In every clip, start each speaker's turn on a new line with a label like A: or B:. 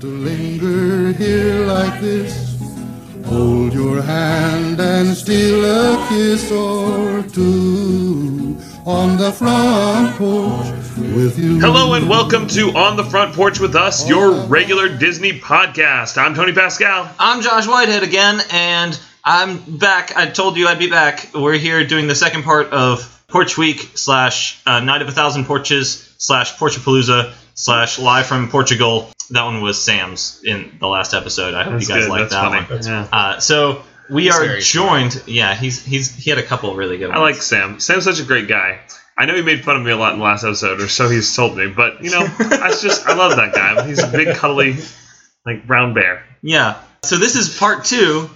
A: to linger here like this. Hold your hand and steal a kiss or two on the front porch with you.
B: Hello and welcome to On the Front Porch with Us, your regular Disney podcast. I'm Tony Pascal.
C: I'm Josh Whitehead again, and I'm back. I told you I'd be back. We're here doing the second part of Porch Week slash uh, Night of a Thousand Porches slash Porchapalooza slash Live from Portugal. That one was Sam's in the last episode. I hope
B: That's
C: you guys
B: good.
C: like
B: That's
C: that
B: funny.
C: one.
B: That's
C: Uh, so we
D: He's
C: are
D: very
C: joined. Yeah, he's he's he had a couple really good.
B: I
C: ones.
B: like Sam. Sam's such a great guy. I know he made fun of me a lot in the last episode, or so he's told me. But you know, I just I love that guy. He's a big, cuddly, like brown bear.
C: Yeah. So this is part two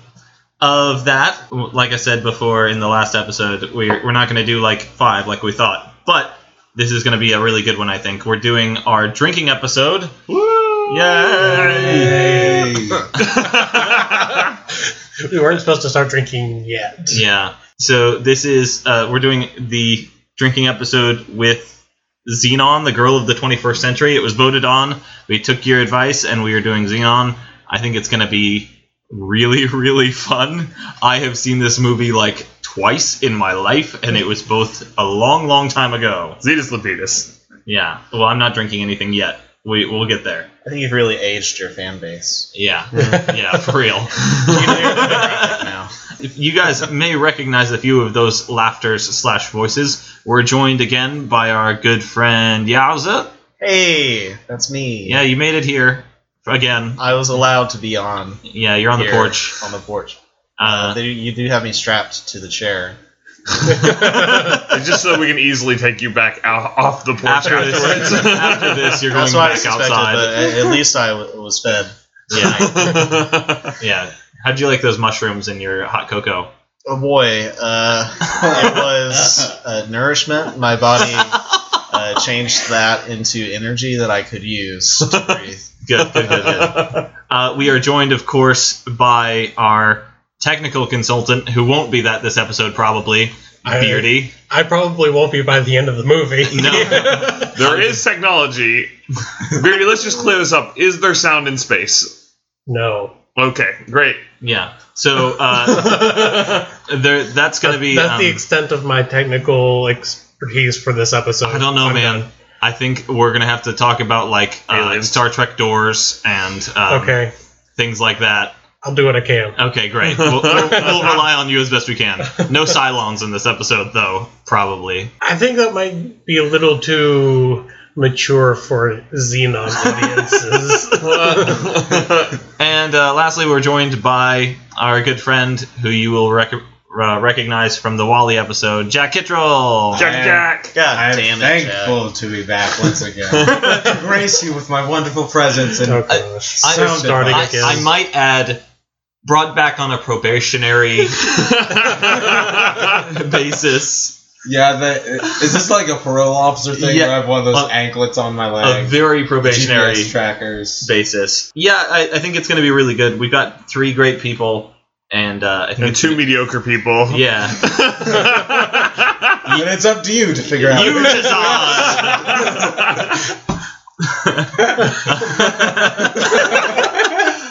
C: of that. Like I said before in the last episode, we're, we're not going to do like five like we thought, but this is going to be a really good one, I think. We're doing our drinking episode.
B: Woo!
C: Yay!
D: We weren't supposed to start drinking yet.
C: Yeah. So this is, uh, we're doing the drinking episode with Xenon, the girl of the 21st century. It was voted on. We took your advice and we are doing Xenon. I think it's going to be really, really fun. I have seen this movie like twice in my life and it was both a long, long time ago.
B: Zetas Lapidus.
C: Yeah. Well, I'm not drinking anything yet. We, we'll get there.
E: I think you've really aged your fan base.
C: Yeah. Yeah, for real.
E: now.
C: If you guys may recognize a few of those laughters slash voices. We're joined again by our good friend Yowza.
E: Hey, that's me.
C: Yeah, you made it here again.
E: I was allowed to be on
C: Yeah, you're on the
E: here, Oh,
C: porch.
E: On the porch.
C: Uh,
E: They, you do have me strapped to the chair.
B: Just so we can easily take you back out, off the porch
C: after
B: afterwards.
C: this, after this, you're going
E: That's what I
C: back
E: suspected, but
C: outside.
E: at, at least I w- was fed.
C: Yeah,
B: yeah.
C: yeah. How'd you like those mushrooms in your hot cocoa?
E: Oh boy, uh, it was uh, nourishment. My body uh, changed that into energy that I could use to breathe.
C: Good, good, good, good. Uh, we are joined, of course, by our technical consultant, who won't be that this episode probably,
D: I-
C: Beardy.
D: I probably won't be by the end of the movie.
C: No.
B: There is technology. Beardy, let's just clear this up. Is there sound in space?
D: no.
B: Okay, great.
C: Yeah. So uh,
D: That's
C: there, that's going to be. um,
D: the extent of my technical expertise for this episode.
C: I don't know,
D: I'm
C: man.
D: done.
C: I think we're going to have to talk about like uh,
B: Aliens.
C: Star Trek doors and um,
D: Okay,
C: things like that.
D: I'll do what I can.
C: Okay, great. We'll, we'll, we'll rely on you as best we can. No Cylons in this episode, though. Probably.
D: I think that might be a little too mature for Xenon audiences. Oh,
C: And uh, lastly, we're joined by our good friend, who you will rec- uh, recognize from the Wally episode, Jack Kittrell.
B: Jack, Jack.
E: God
F: I'm
E: damn it,
F: thankful to be back once again. to grace you with my wonderful presence and
D: oh gosh.
C: I-
F: sound
D: starting
C: I,
F: advice.
D: again.
C: I might add, brought back on a probationary basis.
F: Yeah, the, is this like a parole officer thing
C: Yeah.
F: where I have one of those
C: Uh,
F: anklets on my
C: a
F: leg?
C: very probationary
F: GPS trackers.
C: basis. Yeah, I, I think it's going to be really good. We've got three great people, and uh, I think
B: And
C: it's-
B: two mediocre people.
C: Yeah,
F: And it's up to you to figure out.
C: you design.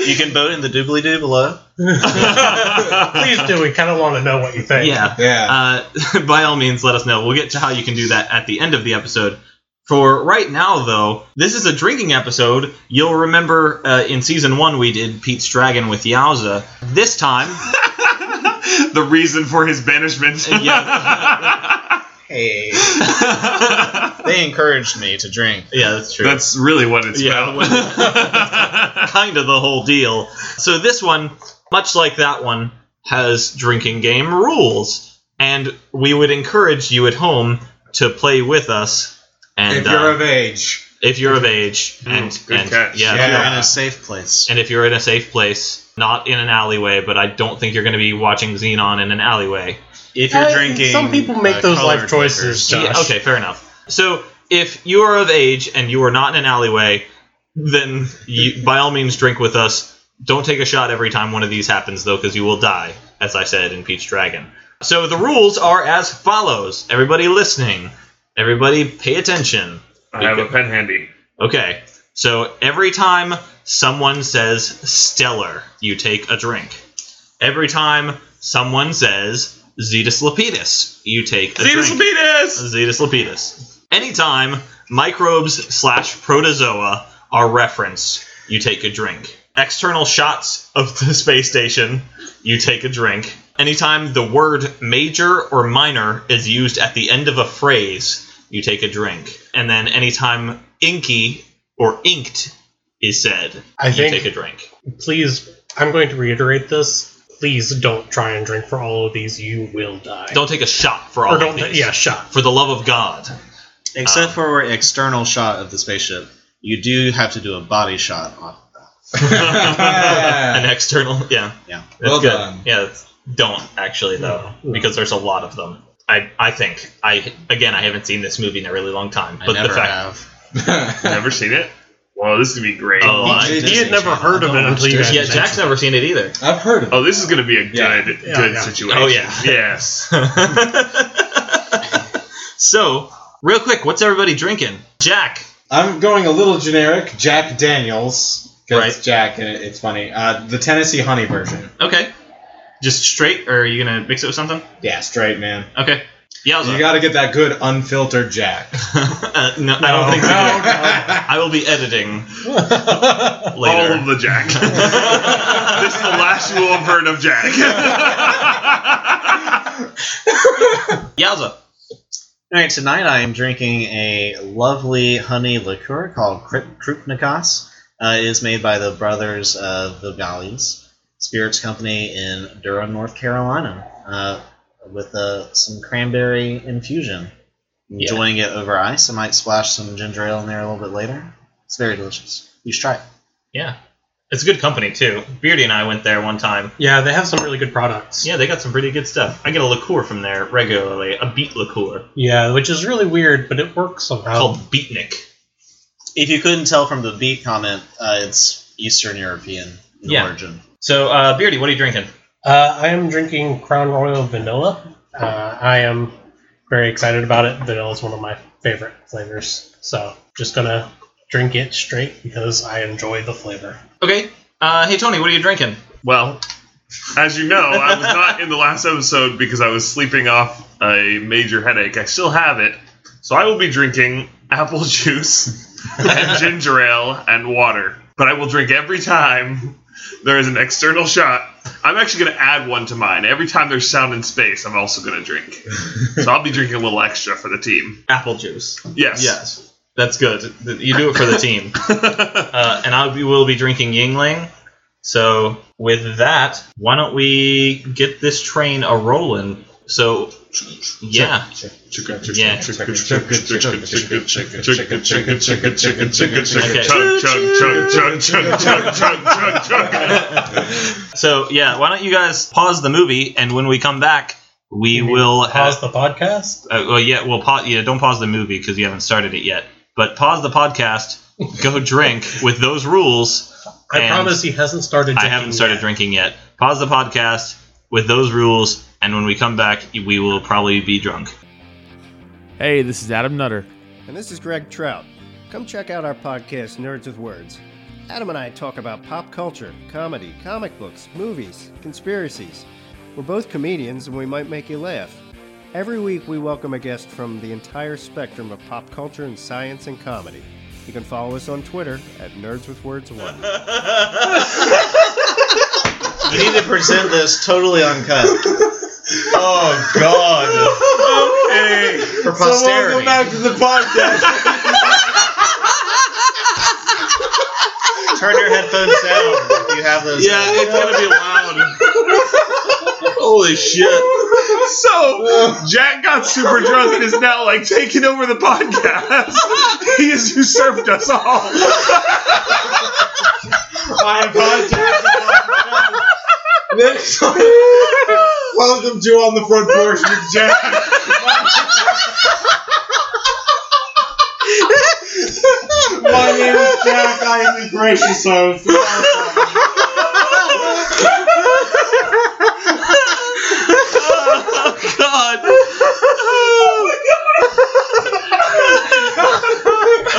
E: You can vote in the doobly doo below.
D: Please do. We kind of want to know what you think.
C: yeah.
F: yeah.
C: Uh, by all means, let us know. We'll get to how you can do that at the end of the episode. For right now, though, this is a drinking episode. You'll remember uh, in season one we did Pete's Dragon with Yowza. This time,
B: the reason for his banishment.
C: Yeah.
E: Hey, they encouraged me to drink.
C: yeah, that's true.
B: That's really what it's
C: Yeah,
B: about.
C: kind of the whole deal. So this one, much like that one, has drinking game rules, and we would encourage you at home to play with us. And
F: if you're
C: uh,
F: of age,
C: if you're of age, and,
B: good
C: and-
B: catch.
C: yeah,
F: Yeah.
E: You're in a safe place.
C: and if you're in a safe place, not in an alleyway, but I don't think you're going to be watching Xenon in an alleyway.
E: If
D: Uh, some people make
E: uh,
D: those life
E: colored
D: choices.
E: liquors,
D: Josh.
C: Yeah, okay, fair enough. So if you are of age and you are not in an alleyway, then you, by all means drink with us. Don't take a shot every time one of these happens, though, because you will die, as I said in Peach Dragon. So the rules are as follows. Everybody listening, everybody pay attention.
B: I have a pen handy.
C: Okay. So every time someone says stellar, you take a drink. Every time someone says Zetus Lepidus, you take a
B: Zetus
C: drink.
B: Lapidus!
C: Zetus lepidus. Anytime microbes slash protozoa are referenced, you take a drink. External shots of the space station, you take a drink. Anytime the word major or minor is used at the end of a phrase, you take a drink. And then anytime inky or inked is said,
D: I
C: you
D: think-
C: take a drink.
D: Please, I'm going to reiterate this. Please don't try and drink for all of these. You will die.
C: Don't take a shot for all
D: or
C: of
D: don't.
C: these.
D: Yeah, shot.
C: For the love of God. Uh,
E: Except for external shot of the spaceship, you do have to do a body shot on
C: an external yeah
E: Yeah.
C: that's
F: Well
C: good
F: done.
C: yeah that's- don't actually though
D: No.
C: because there's a lot of them i i think i again i haven't seen this movie in a really long time
E: I
C: but
E: never
C: the fact
E: have.
B: Never seen it? Whoa, this is gonna be great.
C: Oh, I-
B: he,
E: Disney
B: had never
E: Channel.
B: heard
E: I
B: of
E: don't
B: it
E: watch
B: until you guys.
C: yeah
B: mentioned
C: jack's never seen it either
F: I've heard of
B: Oh, this is gonna be a good,
F: Yeah.
B: good
D: Yeah, yeah.
B: situation.
C: Oh, yeah.
B: Yes.
C: so real quick what's everybody drinking jack
F: I'm going a little generic. Jack Daniels. 'cause
C: Right.
F: It's Jack, and it, it's funny. Uh, the Tennessee honey version.
C: okay just straight or are you gonna mix it with something
F: Yeah, straight, man.
C: okay yeah
F: You got to get that good unfiltered Jack.
C: uh, no, i don't think so i will be editing
B: All
C: later
B: of the Jack. this is the last you will have heard of Jack.
C: Yaza.
E: All right, tonight I am drinking a lovely honey liqueur called Krup- Krupnikos. Uh, it is made by the brothers of Vigalis Spirits Company in Durham, North Carolina, uh, with uh, some cranberry infusion.
C: Yeah.
E: Enjoying it over ice. I might splash some ginger ale in there a little bit later. It's very delicious. You should try it.
C: Yeah. It's a good company too. Beardy and I went there one time.
D: Yeah, they have some really good products.
C: Yeah, they got some pretty good stuff. I get a liqueur from there regularly, a beet liqueur
D: Yeah, which is really weird, but it works somehow.
C: called Beatnik.
E: If you couldn't tell from the beat comment, uh, it's Eastern European in
C: Yeah.
E: origin.
C: So, uh, Beardy, what are you drinking?
D: Uh, I am drinking Crown Royal Vanilla. Uh, I am very excited about it. Vanilla is one of my favorite flavors, so just gonna drink it straight because I enjoy the flavor.
C: Okay. Uh, hey, Tony, what are you drinking?
B: Well, as you know, I was not in the last episode because I was sleeping off a major headache. I still have it, so I will be drinking apple juice and ginger ale and water. But I will drink every time there is an external shot. I'm actually going to add one to mine. Every time there's sound in space, I'm also going to drink. So I'll be drinking a little extra for the team.
C: Apple juice.
B: Yes.
C: Yes. That's good. Th- You do it for the team. uh, and I will be drinking Yingling. So, with that, why don't we get this train a rolling? So, yeah. Yeah. So, yeah, why don't you guys pause the movie, and when we come back, we will have.
D: Pause the podcast.
C: Uh, well, yeah, well, pa- yeah, don't pause the movie because you haven't started it yet. But pause the podcast, go drink with those rules.
D: I
C: and
D: promise he hasn't started.
C: I
D: Drinking
C: haven't started
D: yet.
C: drinking yet. Pause the podcast with those rules, and when we come back, we will probably be drunk.
G: Hey, this is Adam Nutter.
H: And this is Greg Trout. Come check out our podcast, Nerds with Words. Adam and I talk about pop culture, comedy, comic books, movies, conspiracies. We're both comedians and we might make you laugh. Every week, we welcome a guest from the entire spectrum of pop culture and science and comedy. You can follow us on Twitter at Nerds with Words 1.
E: You need to present this totally uncut.
F: oh God!
E: For posterity.
F: to the podcast.
E: Turn your headphones down if you have those.
C: it's gonna be loud. Holy shit!
B: So Jack got super drunk and is now like taking over the podcast. he has usurped us all.
F: My podcast. Next one. Welcome to on the front porch with Jack. My name is Jack. I am the gracious host.
C: God.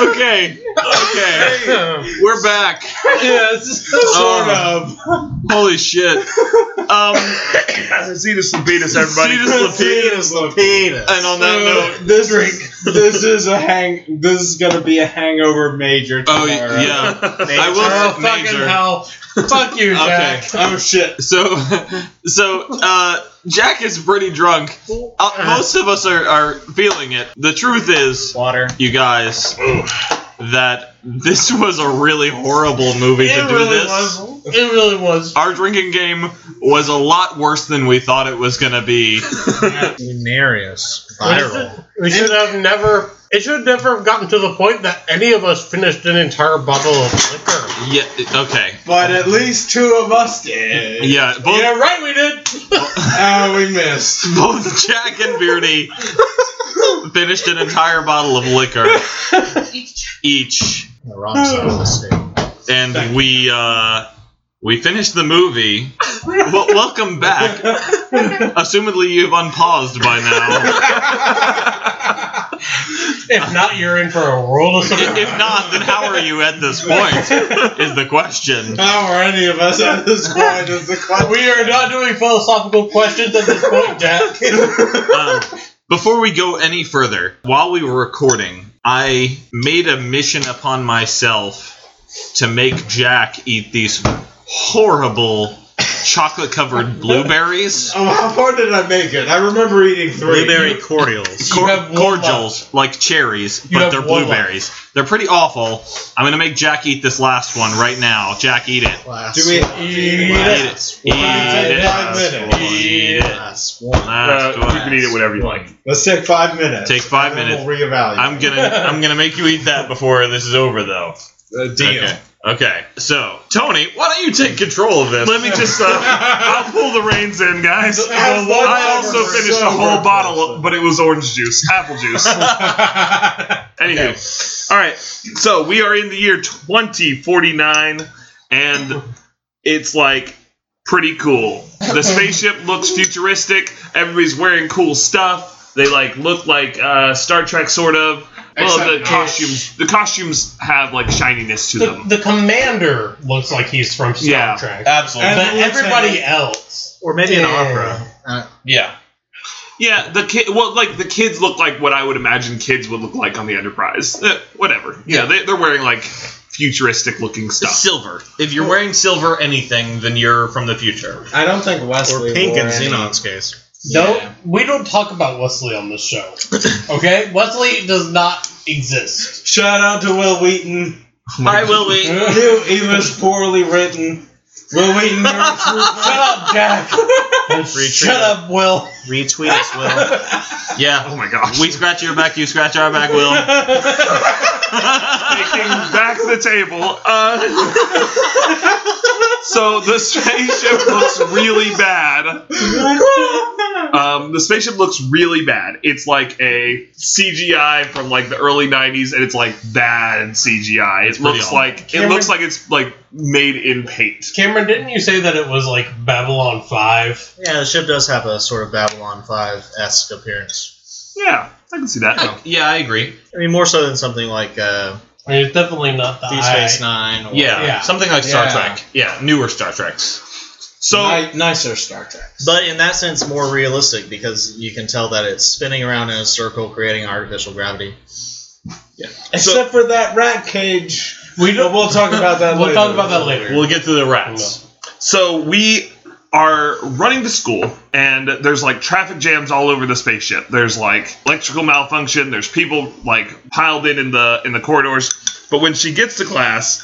C: okay. Okay.
F: Hey,
C: We're back. Um,
F: yes, sort of.
C: Holy shit. Um,
B: Zetus Lampetus, everybody.
F: Potatoes, potatoes.
C: and on that note,
F: So, this is this is a hang. This is gonna be a hangover major.
C: Oh
F: tomorrow.
C: yeah, I
D: Oh,
C: will.
D: fucking
C: Major.
D: hell. Fuck you,
C: Okay.
D: Jack.
F: Oh shit.
C: So, so uh, Jack is pretty drunk. Uh, most of us are, are feeling it. The truth is,
E: Water.
C: you guys, that this was a really horrible movie to
D: It
C: do
D: really
C: this.
D: was. It really was.
C: Our drinking game was a lot worse than we thought it was gonna be.
E: Lunarius.
D: What is
E: Viral.
D: it? We should have never. It should have never have gotten to the point that any of us finished an entire bottle of liquor.
C: Yeah. Okay.
F: But at least two of us did.
C: Yeah. Both,
D: Yeah, right. We did.
F: Ah, we missed.
C: both Jack and Beardy finished an entire bottle of liquor each.
E: The wrong side of the state.
C: and we uh, we finished the movie. well, welcome back. Assumedly, you've unpaused by now.
D: if not, you're in for a world of
C: I-
D: surprise.
C: if not, then how are you at this point? Is the question.
F: How are any of us at this point? Is the clock.
D: We are not doing philosophical questions at this point, Jack.
C: Um, before we go any further, while we were recording, I made a mission upon myself to make Jack eat these horrible chocolate-covered blueberries.
F: Oh, how far did I make it? I remember eating three.
E: Blueberry cordials.
C: Cor-
D: have one
C: cordials like cherries,
D: You
C: but
D: have
C: they're
D: one
C: blueberries. They're pretty awful. I'm gonna make Jack eat this last one right now. Jack, eat it.
E: Last
F: Do we?
E: one.
D: Eat
C: Eat
D: it.
C: it. Eat
F: take five
C: it.
F: minutes.
C: Eat it.
E: Last one.
B: Uh,
C: Last
B: you can
C: one.
B: eat it whatever you like.
F: Let's take five minutes.
C: Take five
F: and then
C: minutes.
F: We'll reevaluate.
C: I'm gonna I'm gonna make you eat that before this is over though.
F: Uh, deal.
C: Okay. Okay. So Tony, why don't you take control of this?
B: Let me just, uh, I'll pull the reins in, guys.
F: Have one
B: I also
F: over
B: finished a
F: sober
B: whole bottle,
F: person.
B: but it was orange juice, apple juice. Anywho, all right. So we are in the year 2049, and it's like pretty cool. The spaceship looks futuristic. Everybody's wearing cool stuff. They like look like uh, Star Trek, sort of. Well,
F: Except
B: the
F: Ash.
B: costumes. The costumes have like shininess to
D: The,
B: them.
D: the commander looks like he's from Star
B: Yeah.
D: Trek,
C: Absolutely.
D: but
F: And the
D: everybody else.
E: Or maybe an
D: Yeah.
E: opera. Uh,
C: Yeah.
B: Yeah, the kid. Well, like the kids look like what I would imagine kids would look like on the Enterprise. Eh, whatever. Yeah, they, they're wearing like futuristic looking stuff.
C: Silver. If you're wearing silver anything, then you're from the future.
F: I don't think Wesley.
E: or pink
F: wore
E: in
F: any.
E: Xenon's case.
F: Yeah.
D: Don't we don't talk about Wesley on this show. Okay, Wesley does not exist.
F: Shout out to Will Wheaton.
C: Hi, Will Wheaton.
F: Knew he was poorly written. Will Wheaton.
D: Shut up, Jack. Shut up, Will.
E: Retweet us, Will.
C: Yeah.
B: Oh my gosh!
C: We scratch your back, you scratch our back, Will.
B: taking back the table. Uh, so the spaceship looks really bad. Um, the spaceship looks really bad. It's like a CGI from like the early '90s, and it's like bad CGI. It
C: pretty
B: looks
C: awful.
B: like it
D: Cameron-
B: looks like it's like made in paint.
D: Cameron, didn't you say that it was like Babylon Five?
E: yeah, the ship does have a sort of Babylon 5 esque appearance.
B: Yeah, I can see that.
C: Yeah, I agree.
E: I mean, more so than something like uh,
D: I mean, it's definitely not the
E: D
D: eye.
E: Space Nine. Or,
C: Yeah,
D: Yeah.
C: something like Star
F: Yeah.
C: Trek. Yeah, newer Star Treks.
B: So
F: Ni- nicer Star Trek.
E: But in that sense, more realistic because you can tell that it's spinning around in a circle, creating artificial gravity.
F: Except for that rat cage. We don't, we'll talk about that
D: We'll
F: later.
D: talk about that later.
C: We'll get to the rats.
B: So we are running to school, and there's like traffic jams all over the spaceship. There's like electrical malfunction. There's people like piled in in the in the corridors. But when she gets to class,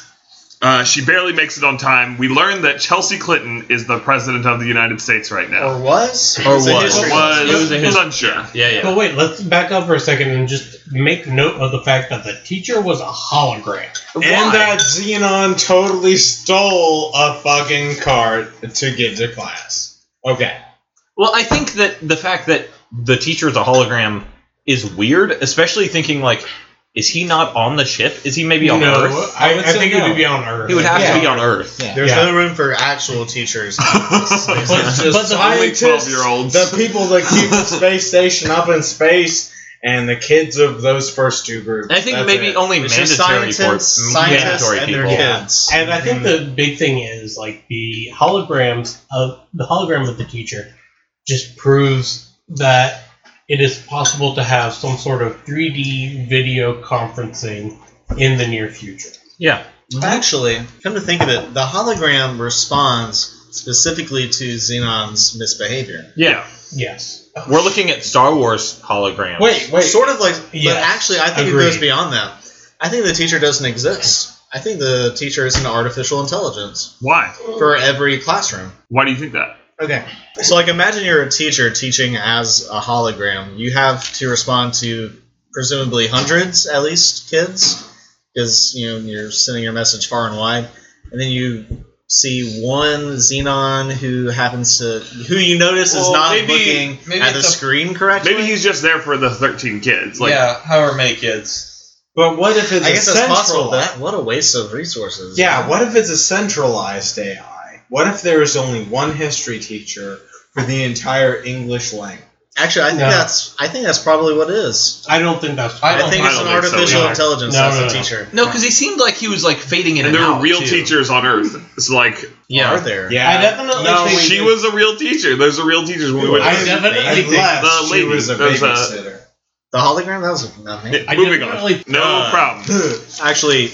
B: uh, she barely makes it on time. We learn that Chelsea Clinton is the president of the United States right now.
E: Or was?
C: Or
E: It's a
C: was.
E: history
B: was,
E: lesson.
C: It was a
B: was
C: his-
B: unsure.
C: Yeah, yeah.
D: But wait, let's back up for a second and just make note of the fact that the teacher was a hologram.
F: And that Xenon totally stole a fucking card to get to class. Okay.
C: Well, I think that the fact that the teacher is a hologram is weird, especially thinking like, is he not on the ship? Is he maybe on Earth?
D: I, I,
F: would say
D: think it
F: no.
D: would be on Earth.
C: He would have to
F: Yeah.
C: be on Earth.
F: Yeah.
E: There's
D: Yeah.
E: no room for actual teachers.
D: But- but the-
B: Only
F: scientists,
B: 12-year-olds.
F: The people that keep the space station up in space and the kids of those first two groups.
C: I think
F: That's
C: maybe
F: it.
C: only
E: It's just
C: mandatory
E: scientists,
C: for
E: scientists,
C: mandatory
E: and
C: people.
E: their kids.
D: And I think the big thing is like the holograms of the hologram of the teacher just proves that it is possible to have some sort of 3D video conferencing in the near future.
C: Yeah.
E: Actually, come to think of it, the hologram responds specifically to Xenon's misbehavior.
C: Yeah.
D: Yes.
C: We're looking at Star Wars holograms.
F: Wait, wait.
E: Sort of like,
D: Yes,
E: but actually, I think
D: agreed.
E: it goes beyond that. I think the teacher doesn't exist. I think the teacher is an artificial intelligence
B: Why?
E: for every classroom.
B: Why do you think that?
E: Okay. So, like, imagine you're a teacher teaching as a hologram. You have to respond to presumably hundreds, at least, kids, because you know you're sending your message far and wide. And then you see one xenon who happens to who you notice
F: Well,
E: is not
F: maybe-
E: looking
F: maybe
E: at the
F: it's a-
E: screen correctly.
B: Maybe he's just there for the 13 kids. Like,
F: yeah, however many kids. But what if it's
E: I
F: a
E: guess that's possible.
F: centralized?
E: That what a waste of resources.
F: Yeah, what if it's a centralized AI? What if there is only one history teacher for the entire English language?
E: Actually, I think
D: No.
E: that's I think that's probably what it is.
D: I don't think that's
F: I
E: I,
F: don't-
E: think
B: I
E: it's an
B: don't think so
E: artificial
B: either.
E: intelligence
D: No,
E: as
D: no,
E: a
D: no.
E: teacher.
I: No, because he seemed like he was like fading in
B: and
I: and,
B: there
I: out.
B: were real
I: too.
B: teachers on Earth. It's like
I: Yeah.
E: Are there?
F: Yeah,
D: I definitely
F: No,
D: think-
F: we
B: she
F: do-
B: was a real teacher. There's a real teacher when we went.
D: I
B: to-
D: definitely think
F: Unless
B: the
F: she
B: lady-
F: was a
B: there's a-
F: babysitter.
E: The hologram that was nothing.
B: Yeah,
D: I
B: moving on.
D: definitely-
B: No
C: Uh,
B: problem.
E: Actually,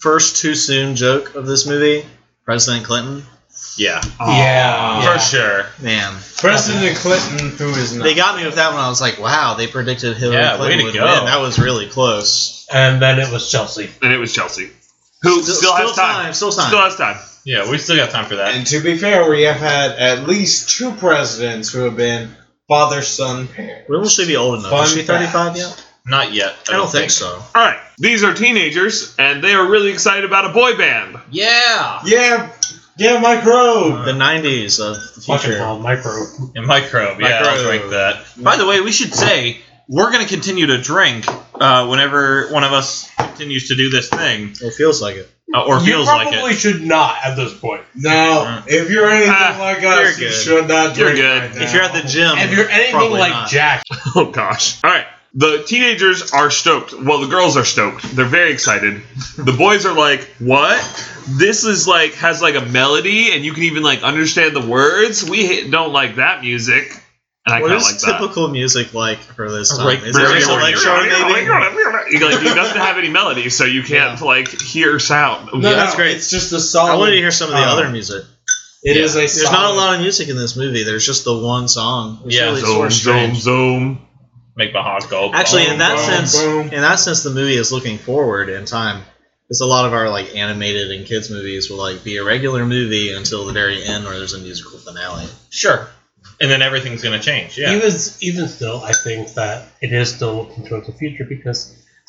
E: first too soon joke of this movie, President Clinton.
C: Yeah.
D: Yeah.
C: For sure.
E: Man,
F: President Clinton threw his
E: they
F: knife.
E: got me with that one. I was like, wow, they predicted Hillary
C: Yeah, way
E: Clinton
C: to
E: would
C: go.
E: win. That was really close.
D: And then it was Chelsea.
B: And it was Chelsea, who still, has time.
E: Still time.
B: Still has time.
C: Yeah, we still got time for that.
F: And to be fair, we have had at least two presidents who have been father-son pairs.
E: when will she be old enough?
F: Fun
E: Is she
F: fact.
E: 35 yet?
C: Not yet.
E: I don't think so.
B: All right, these are teenagers, and they are really excited about a boy band.
I: Yeah.
F: Yeah, yeah, microbe.
E: Uh, The 90s of the
D: Fucking
E: future.
D: called micro.
C: And microbe. Yeah, I'll
E: Microbe.
C: drink that. By the way, we should say we're going to continue to drink uh, whenever one of us continues to do this thing
E: It feels like it.
C: uh, or
D: You
C: feels like
D: probably
C: it.
D: should not at this point.
F: No, if you're anything
B: Ah,
F: like us,
E: you're
F: you
E: good.
F: should not
B: You're
F: drink.
B: good.
F: right
E: If you're
F: now.
E: at the gym,
D: If you're anything
E: probably
D: like
E: not.
D: Jack,
B: Oh gosh. All right. The teenagers are stoked. Well, the girls are stoked. They're very excited. The boys are like, "What? This is like has like a melody, and you can even like understand the words. We ha- don't like that music." And I
E: what
B: kind of
E: is
B: like that.
E: typical music like for this time?
C: Like
E: is it just
C: very-
E: electron
B: "Oh
E: maybe?
B: You, like, it doesn't have any melody, so you can't like hear sound.
F: no,
E: Yeah, that's
F: no,
E: great.
F: It's just
E: I
F: a solid.
E: wanted to hear some of the
F: Uh,
E: other music.
F: It
C: Yeah.
F: is a.
E: There's
F: solid,
E: not a lot of music in this movie. There's just the one song. It's
C: Yeah,
E: really sort
B: Zoom,
E: of
B: zoom,
E: strange.
B: zoom.
C: Make my heart go.
E: Actually,
C: boom,
E: in that
C: boom.
E: sense,
F: boom.
E: in that sense, the movie is looking forward in time. Because a lot of our like animated and kids movies will like be a regular movie until the very end, where there's a musical finale.
C: Sure. And then everything's going to change. Yeah.
D: even even still, I think that it is still looking towards the future because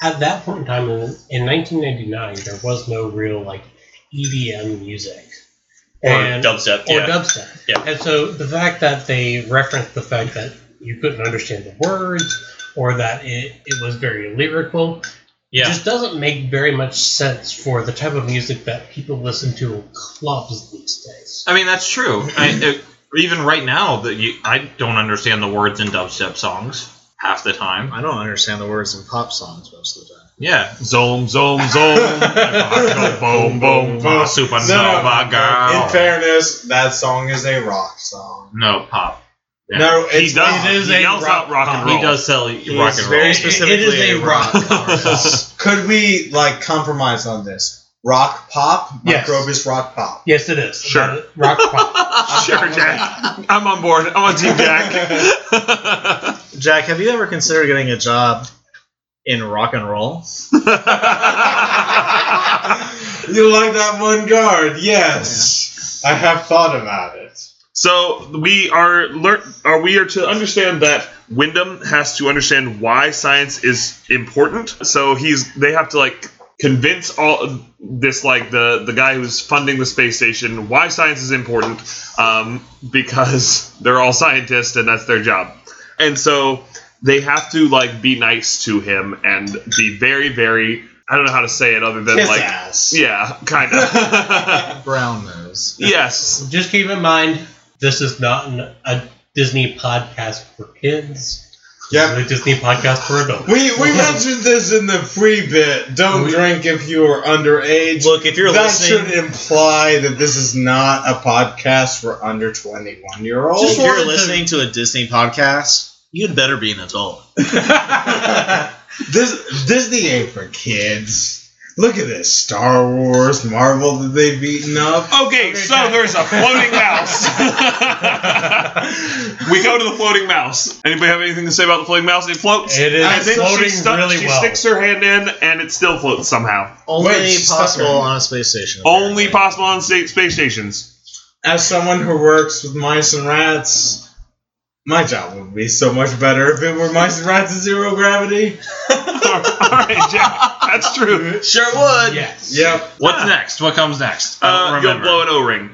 D: at that point in time, in, in 1999, there was no real like EDM music
C: Or
D: and
C: dubstep.
D: or
C: yeah.
D: dubstep.
C: Yeah.
D: And so the fact that they referenced the fact that you couldn't understand the words or that it, it was very lyrical
C: yeah.
D: just doesn't make very much sense for the type of music that people listen to in clubs these days.
C: I mean, that's true. I, it, even right now, that you, I don't understand the words in dubstep songs half the time.
E: I don't understand the words in pop songs most of the time.
C: Yeah.
B: Zoom, zoom, zoom. boom, boom, boom.
C: Ah, Supernova girl.
F: In fairness, that song is a rock song.
C: No pop. Yeah.
F: No,
B: He
F: it's
B: does.
F: not.
B: He yells out rock and roll.
C: He does sell rock
E: It's
C: and roll.
E: very
F: It- it is
E: specifically
F: a rock
E: song.
F: Could we like compromise on this? Rock pop.
D: Yes.
F: Microbe is rock pop.
D: Yes, it is.
B: Sure.
D: Rock pop.
B: Sure, Jack. I'm on board. I'm on Team Jack.
E: Jack, have you ever considered getting a job in rock and roll?
F: You like that one guard? Yes. I have thought about it.
B: So we are learn, are we are to understand that Wyndham has to understand why science is important. So he's they have to like convince all this like the the guy who's funding the space station why science is important um, because they're all scientists and that's their job. And so they have to like be nice to him and be very very I don't know how to say it other than
F: Kiss
B: like
F: ass.
B: yeah kind of
E: Brown nose.
B: yes
D: Just keep in mind, this is not an, a Disney podcast for kids.
F: Yep.
D: The Disney podcast for adults.
F: We, we mentioned this in the free bit. Don't drink if you are underage.
C: Look, if you're
F: that
C: listening,
F: should imply that this is not a podcast for under 21 year olds.
E: if you're listening to a Disney podcast, you'd better be an adult.
F: this Disney ain't for kids. Look at this Star Wars, Marvel that they've beaten up.
B: Okay, so there's a floating mouse. we go to the floating mouse. Anybody have anything to say about the floating mouse? It floats.
D: It is
B: and then
D: floating
B: she stuck-
D: really
B: she
D: well.
B: sticks her hand in, and it still floats somehow.
E: Only
F: Wait, she's
E: possible
F: stuck.
E: on a space station.
B: Only
E: apparently.
B: possible on state space stations.
F: As someone who works with mice and rats, my job would be so much better if it were mice and rats in zero gravity.
B: All right, Jack. That's true.
E: Sure would.
D: Yes.
F: Yep.
C: what's next? What comes next? I
B: Uh,
C: don't
B: you'll
C: remember.
B: blow an O-ring.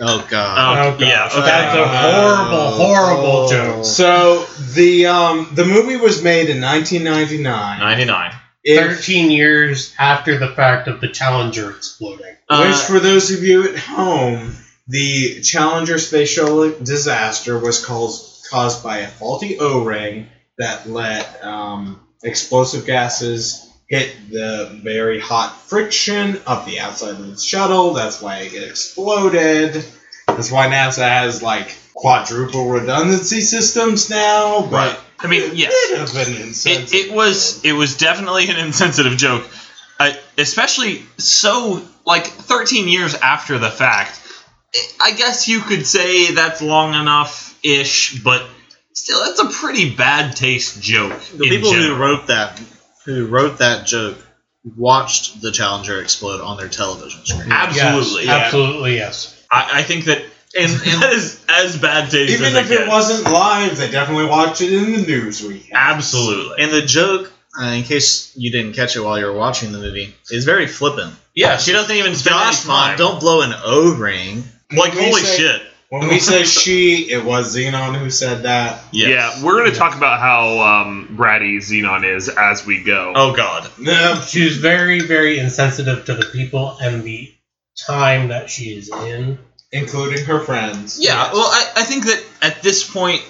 E: Oh god.
C: Oh,
D: Oh, gosh.
C: yeah. Okay.
D: That's a horrible, horrible joke.
F: So the um, the movie was made in 1999.
C: Ninety-nine.
F: If,
D: 13 years after the fact of the Challenger exploding.
F: which,
C: Uh,
F: for those of you at home, the Challenger space shuttle disaster was caused caused by a faulty O-ring that let um, explosive gases hit the very hot friction of the outside of the shuttle. That's why it exploded. That's why NASA has like quadruple redundancy systems now. But
C: I mean, yes.
F: It would have been
C: It,
F: insensitive.
C: it was it was definitely an insensitive joke, I, especially so like 13 years after the fact. I guess you could say that's long enough ish, but still, that's a pretty bad taste joke.
E: the
C: in
E: people
C: general.
E: who wrote that who wrote that joke watched the Challenger explode on their television screen.
C: absolutely,
D: Yes, Absolutely, yes.
C: I, I think that and, and that is as bad taste as
F: Even if it
C: gets.
F: wasn't live, they definitely watched it in the news weekend.
C: Absolutely,
E: And the joke, uh, in case you didn't catch it while you were watching the movie, is very flippant.
C: yeah. She doesn't even spend any
E: Gosh, mom,
C: time.
E: don't blow an O ring.
C: like
F: When we
C: holy
F: say-
C: shit.
F: When we say she, it was Xenon who said that.
C: Yes.
B: Yeah, we're going to talk about how um, bratty Xenon is as we go.
C: Oh god.
F: No,
D: She was very, very insensitive to the people and the time that she is in.
F: including her friends.
C: Yeah,
E: Yes.
C: well, I, I think that at this point,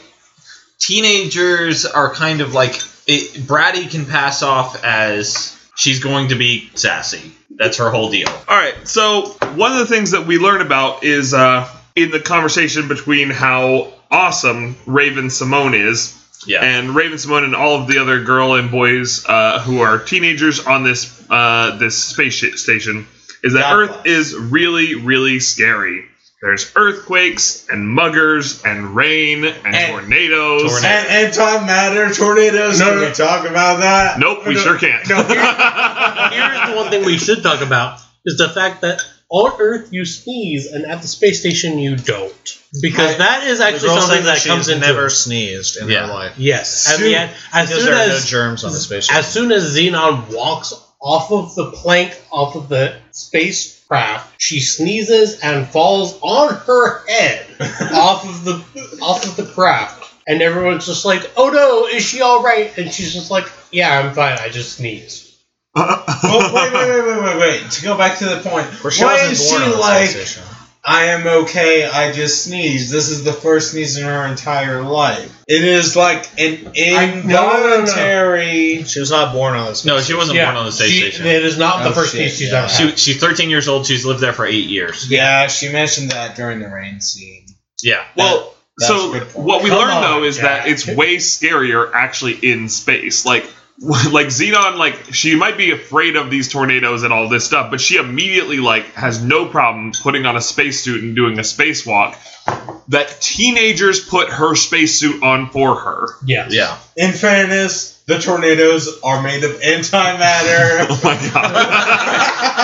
C: teenagers are kind of like it, Bratty can pass off as she's going to be sassy. That's her whole deal.
B: All right. So one of the things that we learn about is uh, in the conversation between how awesome Raven Simone is.
C: Yeah.
B: And Raven Simone and all of the other girl and boys uh, who are teenagers on this uh, this space shi- station is that
F: God
B: Earth
F: bless.
B: is really really scary. There's earthquakes and muggers and rain and,
F: And-
B: tornadoes.
F: And anti matter tornadoes.
D: No,
F: Can
D: no.
F: we talk about that?
B: Nope, we
F: No.
B: sure can't.
F: No,
D: Here's the one thing we should talk about is the fact that on Earth you sneeze and at the space station you don't. Because
F: I-
D: that is
E: The
D: actually
E: girl
D: something
E: said
D: that
E: she
D: comes
E: has
D: in
E: never sneezed in
C: Yeah.
E: her life.
D: Yes. At the
F: Soon-
D: end, as
E: Because
D: soon
E: there are no
D: as
E: germs on the space shuttle.
D: As soon as Xenon walks off of the plank off of the spacecraft, she sneezes and falls on her head off of the off of the craft. And everyone's just like, "Oh no, is she all right?" And she's just like, "Yeah, I'm fine. I just sneezed."
F: Well, Oh, wait, wait, wait, wait, wait, wait. To go back to the point.
E: Or
F: Why
E: wasn't
F: is
E: born
F: she
E: on the space
F: like,
E: station.
F: I am okay, I just sneezed? This is the first sneeze in her entire life. It is like an
D: I- no, no, no, no.
F: involuntary.
E: She was not born on the space
C: No, she wasn't
D: Yeah,
C: born on the space
D: she-
C: station.
D: It is not
F: Oh,
D: the first
F: shit,
D: sneeze she's
F: yeah.
D: ever had.
C: She, she's 13 years old. She's lived there for eight years.
F: Yeah, she mentioned that during the rain scene.
C: Yeah.
B: Well,
F: That-
B: so
F: that's a good point.
B: what we
D: Come
B: learn
D: on,
B: though is that
D: Jack.
B: it's way scarier actually in space. Like, like Xenon, like she might be afraid of these tornadoes and all this stuff, but she immediately like has no problem putting on a spacesuit and doing a spacewalk. That teenagers put her spacesuit on for her.
D: yeah.
C: Yeah.
F: In fairness, the tornadoes are made of antimatter.
B: Oh my god!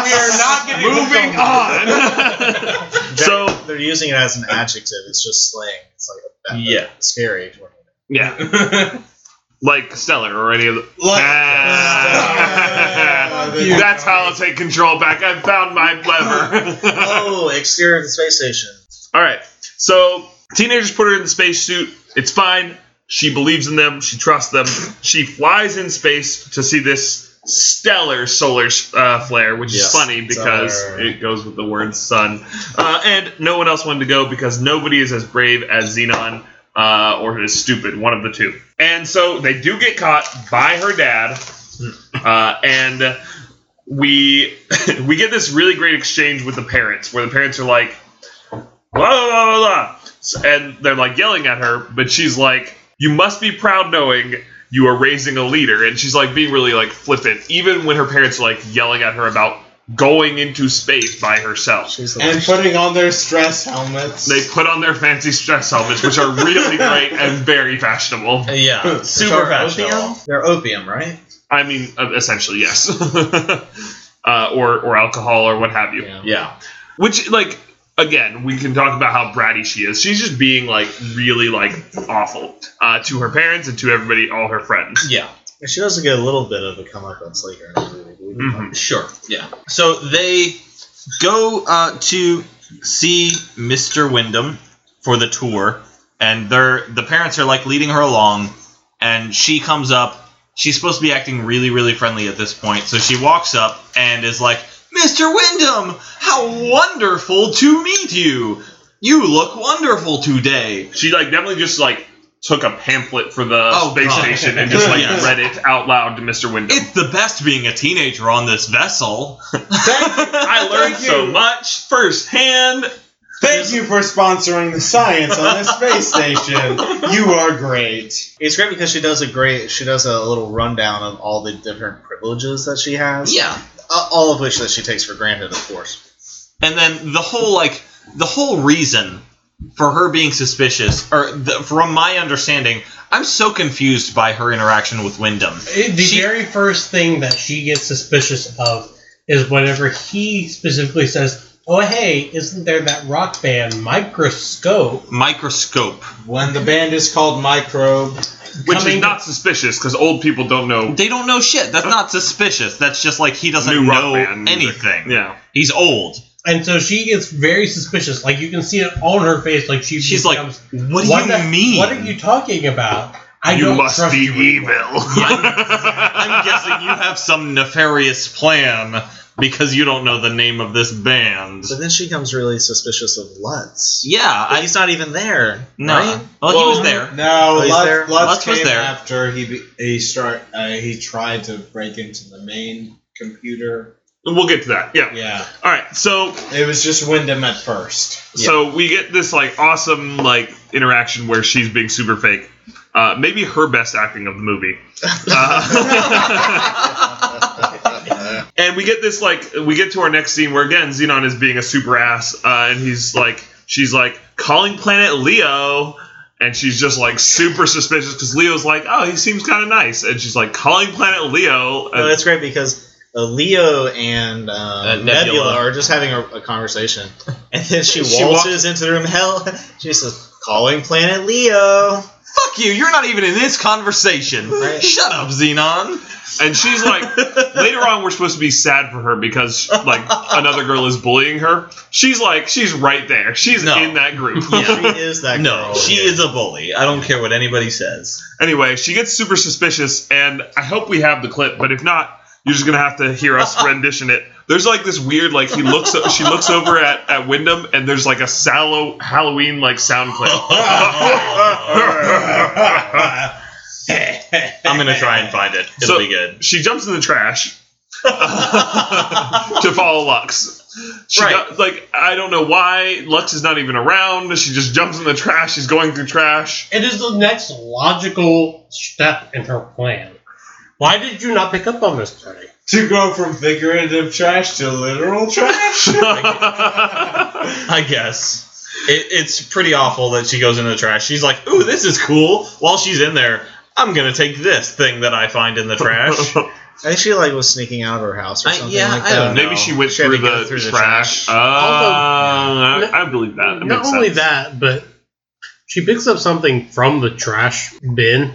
F: we are not
B: Moving on. so
E: They're using it as an adjective. It's just slang. It's like a bad,
C: Yeah.
E: scary. tornado.
B: yeah, like Stellar or any of the.
F: like,
B: Ah. That's how I'll take control back. I found my lever.
E: oh, exterior of the space station.
B: All right. So teenagers put her in the spacesuit. It's fine. She believes in them. She trusts them. She flies in space to see this stellar solar uh, flare, which is
E: Yes.
B: funny because
E: Stellar.
B: it goes with the word sun. Uh, and no one else wanted to go because nobody is as brave as Xenon. uh, or is stupid, one of the two. And so they do get caught by her dad, uh, and we we get this really great exchange with the parents, where the parents are like, blah blah blah blah, blah. S- and they're like yelling at her, but she's like, "You must be proud knowing." You are raising a leader, and she's like being really like flippant, even when her parents are like yelling at her about going into space by herself.
E: She's the
F: And
E: worst.
F: putting on their stress helmets.
B: They put on their fancy stress helmets, which are really great and very fashionable.
E: yeah, super
F: Sorry,
E: fashionable.
F: opium?
E: They're opium, right?
B: I mean, uh, essentially, yes, uh, or or alcohol or what have you.
E: Yeah.
B: Which, like, again, we can talk about how bratty she is. She's just being like really like awful uh, to her parents and to everybody, all her friends.
E: Yeah. She does get a little bit of a comeuppance later. In the movie. We can talk
B: Mhm.
C: Sure. Yeah. So they go uh, to see Mr. Wyndham for the tour, and they're the parents are like leading her along, and she comes up. She's supposed to be acting really, really friendly at this point, so she walks up and is like, "Mr. Wyndham, how wonderful to meet you! You look wonderful today."
B: She like definitely just like took a pamphlet for the
C: Oh,
B: space
C: God.
B: station and just like
C: Yes.
B: read it out loud to Mr. Wyndham.
C: It's the best being a teenager on this vessel.
B: I learned
F: Thank
B: so
F: you.
B: much firsthand.
F: Thank you for sponsoring the science on this space station. You are great.
E: It's great because she does a great, she does a little rundown of all the different privileges that she has.
C: Yeah.
E: Uh, all of which that she takes for granted, of course.
C: And then the whole like the whole reason for her being suspicious, or the, from my understanding, I'm so confused by her interaction with Wyndham.
D: It- the
C: She-
D: very first thing that she gets suspicious of is whenever he specifically says, "Oh hey, isn't there that rock band Microscope
C: Microscope,
F: When the band is called Microbe,
B: Which
D: coming-
B: is not suspicious because old people don't know
C: they don't know shit. That's not suspicious. That's just like he doesn't
B: New rock
C: know
B: band music.
C: anything.
B: Yeah.
C: He's old.
D: And so she gets very suspicious. Like you can see it on her face. Like she
C: She's like,
D: becomes,
C: "What do you
D: the-
C: mean?
D: What are you talking about? I
B: you
D: don't
B: must
D: trust
B: be
D: you
B: evil.
D: anymore."
C: I'm guessing you have some nefarious plan because you don't know the name of this band.
E: But then she becomes really suspicious of Lutz.
C: Yeah,
E: But
C: I
E: he's not even there.
C: no.
E: Right?
C: Well, he was
B: Well,
D: mm-hmm.
C: there.
F: no,
E: Oh, he's there?
F: Lutz, Lutz,
C: Lutz
F: came
C: was there.
F: after he be- he start uh, he tried to break into the main computer.
B: We'll get to that. Yeah.
F: Yeah,
B: All right. So
F: it was just Wyndham at first.
B: so we get this like awesome like interaction where she's being super fake. Uh, maybe her best acting of the movie. Uh, and we get this like we get to our next scene where again Xenon is being a super ass uh, and he's like she's like calling planet Leo and she's just like super suspicious because Leo's like oh he seems kind of nice and she's like calling planet Leo.
E: No, that's great because uh, Leo and um, Nebula.
C: Nebula.
E: are just having a, a conversation, and then she waltzes
B: She walks-
E: into the room. Hell, she says, "Calling Planet Leo."
C: Fuck you, you're not even in this conversation.
E: Right.
C: Shut up, Xenon.
B: And she's like, later on, we're supposed to be sad for her because like another girl is bullying her. She's like, she's right there. She's
C: No.
B: in that group.
E: She is that
C: No,
E: girl.
C: she is a bully. I don't care what anybody says.
B: Anyway, she gets super suspicious, and I hope we have the clip. But if not, you're just gonna have to hear us rendition it. There's like this weird, like he looks, she looks over at at Wyndham, and there's like a sallow Halloween like sound clip.
E: Oh, oh.
C: I'm gonna try and find it. It'll
B: So-
C: be good.
B: she jumps in the trash to follow Lux. She
C: Right.
B: got- like I don't know why Lux is not even around. She just jumps in the trash. She's going through trash.
D: It is the next logical step in her plan. Why did you not pick up on this, Tony?
F: To go from figurative trash to literal trash.
C: I guess it, it's pretty awful that she goes into the trash. She's like, "Ooh, this is cool." While she's in there, I'm gonna take this thing that I find in the trash.
E: I think she like was sneaking out of her house or
C: I-
E: something
C: yeah,
E: like
C: I
E: that.
C: don't know.
B: Maybe she went
E: She had
B: through,
E: to go
B: the
E: through the
B: trash.
E: trash.
B: Uh,
D: no-
B: I, I believe that. that
D: Not
B: makes
D: only
B: sense.
D: that, but she picks up something from the trash bin,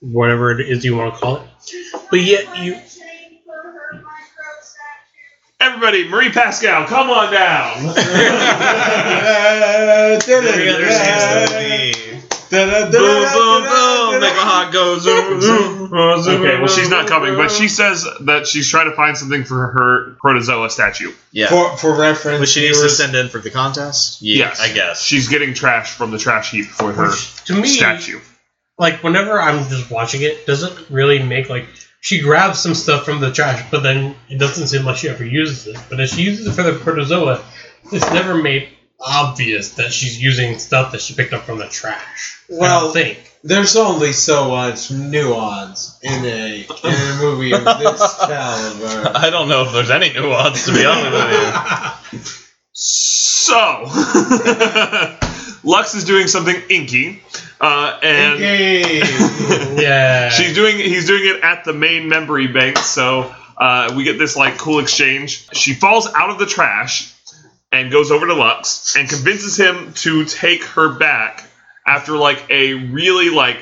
D: whatever it is you want to call it. But yet you
B: Everybody, Marie Pascal, come on down.
E: There's
F: There's
E: the
F: boom,
C: boom, boom, boom. Make a hot go zoom, zoom.
B: Okay, well, she's not coming, but she says that she's trying to find something for her protozoa statue.
C: Yeah.
F: For, for reference,
E: But she needs to
F: viewers,
E: send in for the contest.
C: yeah,
B: yes.
C: I guess.
B: She's getting trash from the trash heap for her
D: Which, to me,
B: statue.
D: like whenever I'm just watching it, doesn't really make like she grabs some stuff from the trash, but then it doesn't seem like she ever uses it. But if she uses it for the protozoa, it's never made obvious that she's using stuff that she picked up from the trash. I
F: Well,
D: don't think
F: there's only so much nuance in a, in a movie of this caliber.
C: I don't know if there's any nuance to be honest with you.
B: So, Lux is doing something inky, uh, and
F: Okay.
D: yeah.
B: she's doing he's doing it at the main memory bank. So uh, we get this like cool exchange. She falls out of the trash and goes over to Lux and convinces him to take her back after like a really like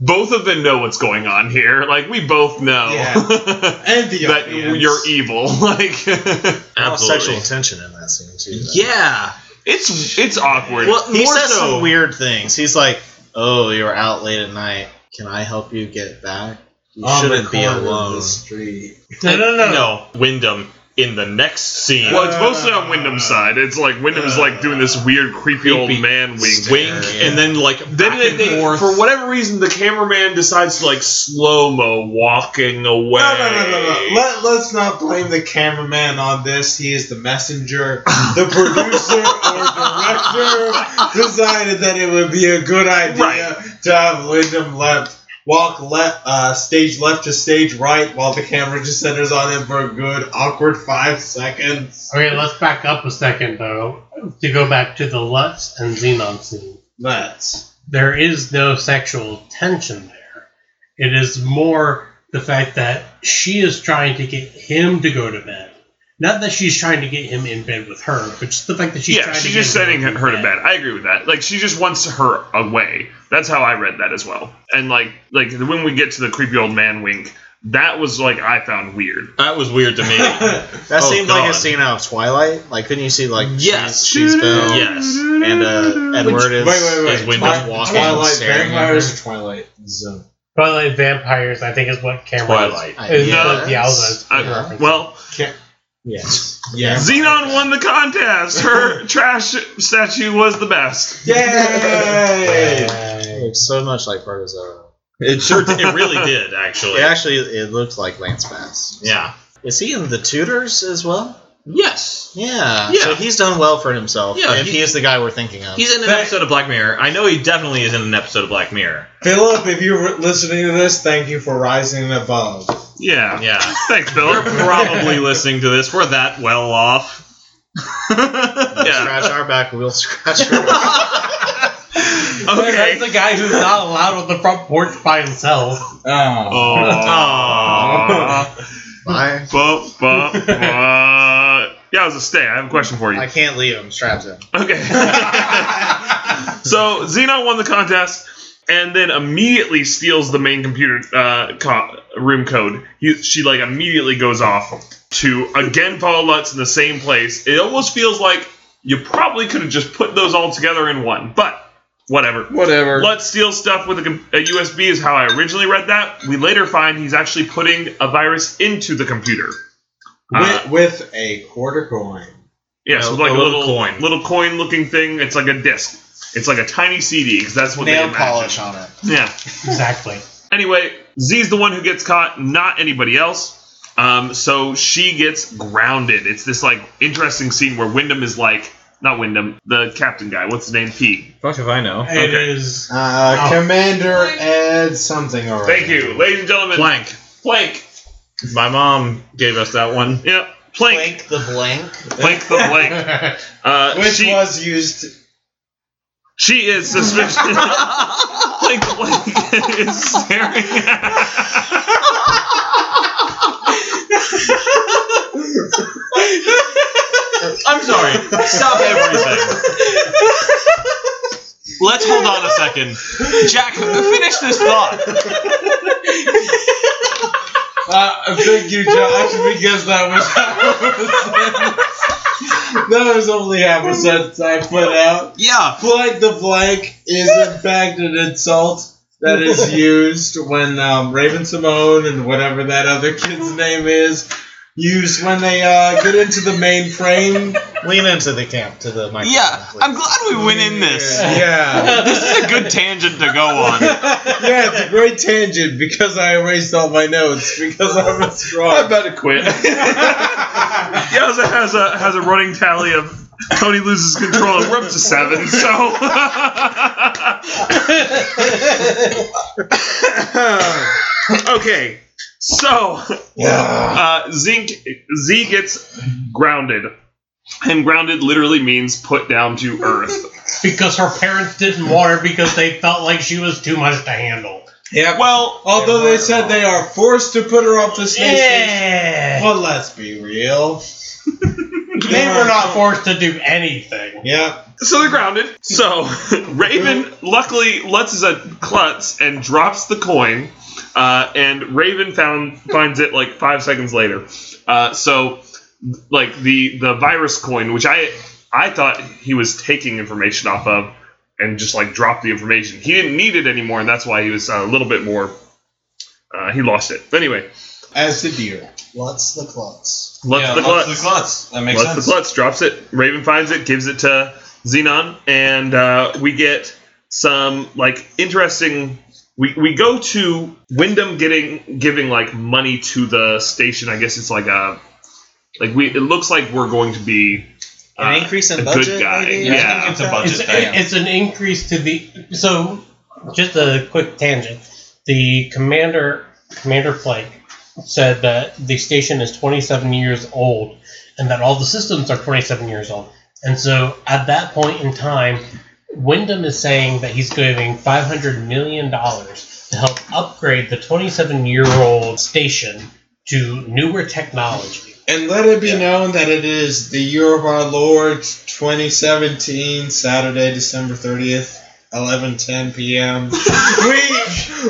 B: both of them know what's going on here. Like we both know
F: Yeah.
B: that
F: and the audience.
B: you're evil. Like.
E: A lot of
C: Absolutely.
E: sexual tension in that scene too. though.
I: Yeah.
B: It's it's awkward.
E: Well, he
B: More
E: says
B: so-
E: some weird things. He's like, "Oh, you're out late at night. Can I help you get back? You
F: On the
E: shouldn't be
F: corner of the
E: alone."
F: street.
D: no, no, no, no.
C: No, Wyndham in the next scene.
B: Well, it's mostly on Wyndham's side. It's like Wyndham's like doing this weird, creepy, old
C: Creepy
B: man wing.
C: Wink,
E: Yeah.
C: and then like
B: Then
C: back
B: they,
C: and
B: they-
C: forth.
B: for whatever reason, the cameraman decides to like slow mo walking away.
F: No, no, no, no, no. Let, let's not blame the cameraman on this. He is the messenger. The producer or director decided that it would be a good idea to have Wyndham left. Walk left, uh, stage left to stage right, while the camera just centers on him for a good awkward five seconds.
D: Okay, let's back up a second though to go back to the Lux and Xenon scene.
F: Let's.
D: there is no sexual tension there. It is more the fact that she is trying to get him to go to bed. Not that she's trying to get him in bed with her, but just the fact that she's
B: yeah,
D: trying
B: she's
D: to
B: just
D: get him
B: sending her her to bed. I agree with that. Like she just wants her away. That's how I read that as well. And like like when we get to the creepy old man wink, that was like I found weird.
C: that was weird to me.
E: That
C: Oh,
E: seemed like a
C: God.
E: scene out of Twilight. Like, couldn't you see like
C: Yes.
E: she's, she's Belle,
C: Yes.
E: and uh, Edward is
F: wait, wait, wait.
C: is Wyndham
F: Twi-
E: walking,
F: Twilight
E: staring at
F: vampires
E: her.
F: or Twilight zone?
D: Twilight vampires, I think, is what Cameron
C: Twilight.
E: I-
D: is uh,
E: yes.
D: the Alza's
B: I-
D: reference.
B: Well,
E: Yes.
F: Yeah.
B: Xenon won the contest. Her trash statue was the best.
F: Yay!
E: It looks so much like Protozoa.
C: It sure it really did actually.
E: It actually it looked like Lance Bass.
C: Yeah.
E: Is he in the Tudors as well?
C: Yes.
E: Yeah.
C: Yeah.
E: So he's done well for himself.
C: Yeah,
E: If
C: he-
E: he, is the guy we're thinking of.
C: He's in an episode of Black Mirror. I know he definitely is in an episode of Black Mirror.
F: Philip, if you're listening to this, thank you for rising above.
B: Yeah.
C: Yeah.
B: Thanks, Bill.
C: You're probably listening to this. We're that well off. yeah.
E: Scratch our back, we'll scratch your back.
C: Okay.
D: That's the guy who's not allowed on the front porch by himself.
F: Oh.
B: Aww.
E: Bye.
B: Bup, bup, bup. Yeah, I was a stay. I have a question for you.
E: I can't leave him, strapped in.
B: Okay. so Xenon won the contest and then immediately steals the main computer uh, co- room code. He, she like immediately goes off to again follow Lutz in the same place. It almost feels like you probably could have just put those all together in one, but whatever.
F: Whatever.
B: Let's steal stuff with a, com- a USB is how I originally read that. We later find he's actually putting a virus into the computer. Uh,
F: With, with a quarter coin.
B: yeah, so
C: A-
B: it's like
C: a
B: a
C: little
B: little,
C: coin.
B: little coin looking thing. It's like a disc. It's like a tiny CD because that's what they
E: Nail
B: imagine.
E: polish on it.
B: Yeah.
D: Exactly.
B: Anyway, Z's the one who gets caught, not anybody else. Um, so she gets grounded. It's this like interesting scene where Wyndham is like, not Wyndham, the captain guy. What's his name? P.
C: Fuck if I know.
D: It
B: Okay.
D: is
F: Uh,
D: Oh.
F: Commander Ed something or
B: Thank you, ladies and gentlemen.
C: Plank.
B: Plank.
C: My mom gave us that one.
B: Yep. Plank.
E: Blank the blank.
B: Plank the blank. Uh,
F: Which
B: she,
F: was used.
B: She is suspicious. Blink Blink is staring at
C: I'm sorry. Stop everything. Let's hold on a second. Jack, finish this thought.
F: Uh, thank you, Josh, because that was. That was only half a sentence I put out.
I: Yeah.
F: Blank the blank is in fact an insult that is used when um, Raven Simone and whatever that other kid's name is use when they uh, get into the mainframe.
E: Lean into the camp to the microphone.
C: Yeah,
E: please.
C: I'm glad we went in this.
F: Yeah.
C: This is a good tangent to go on.
F: yeah, it's a great tangent because I erased all my notes because I'm a
B: I
F: strong.
B: better quit. Yaza has a has a running tally of Tony loses control. and We're up to seven. So okay, so uh, Zeke Z gets grounded, and grounded literally means put down to earth.
D: because her parents didn't want her because they felt like she was too much to handle.
F: Yeah.
C: Well,
F: Although they said they are forced to put her off the snake station.
D: Yeah.
F: Well, let's be real.
D: They were not forced to do anything.
F: Yeah.
B: So they're grounded. So Raven luckily lets a klutz and drops the coin, uh, and Raven found finds it like five seconds later. Uh, so like the the virus coin, which I I thought he was taking information off of and just like dropped the information. He didn't need it anymore, and that's why he was uh, a little bit more. Uh, he lost it anyway.
F: As the deer.
E: What's the klutz?
B: Lutz
F: yeah,
B: the klutz.
F: Lutz the klutz. That makes
B: Lutz
F: sense.
B: the Klutz drops it. Raven finds it, gives it to Xenon, and uh, we get some like interesting. We, we go to Wyndham getting giving like money to the station. I guess it's like a like we. It looks like we're going to be
E: An
B: uh,
E: increase in
B: a
E: budget?
B: good guy.
E: maybe, or
B: Yeah.
E: something
F: It's a
E: like that?
F: budget
D: It's, it's an increase to the so just a quick tangent. The commander Commander Flake said that the station is 27 years old and that all the systems are 27 years old. And so at that point in time, Wyndham is saying that he's giving 500 million dollars to help upgrade the 27 year old station to newer technology.
F: And let it be known that it is the year of our Lord 2017, Saturday, December 30th, 11:10 p.m.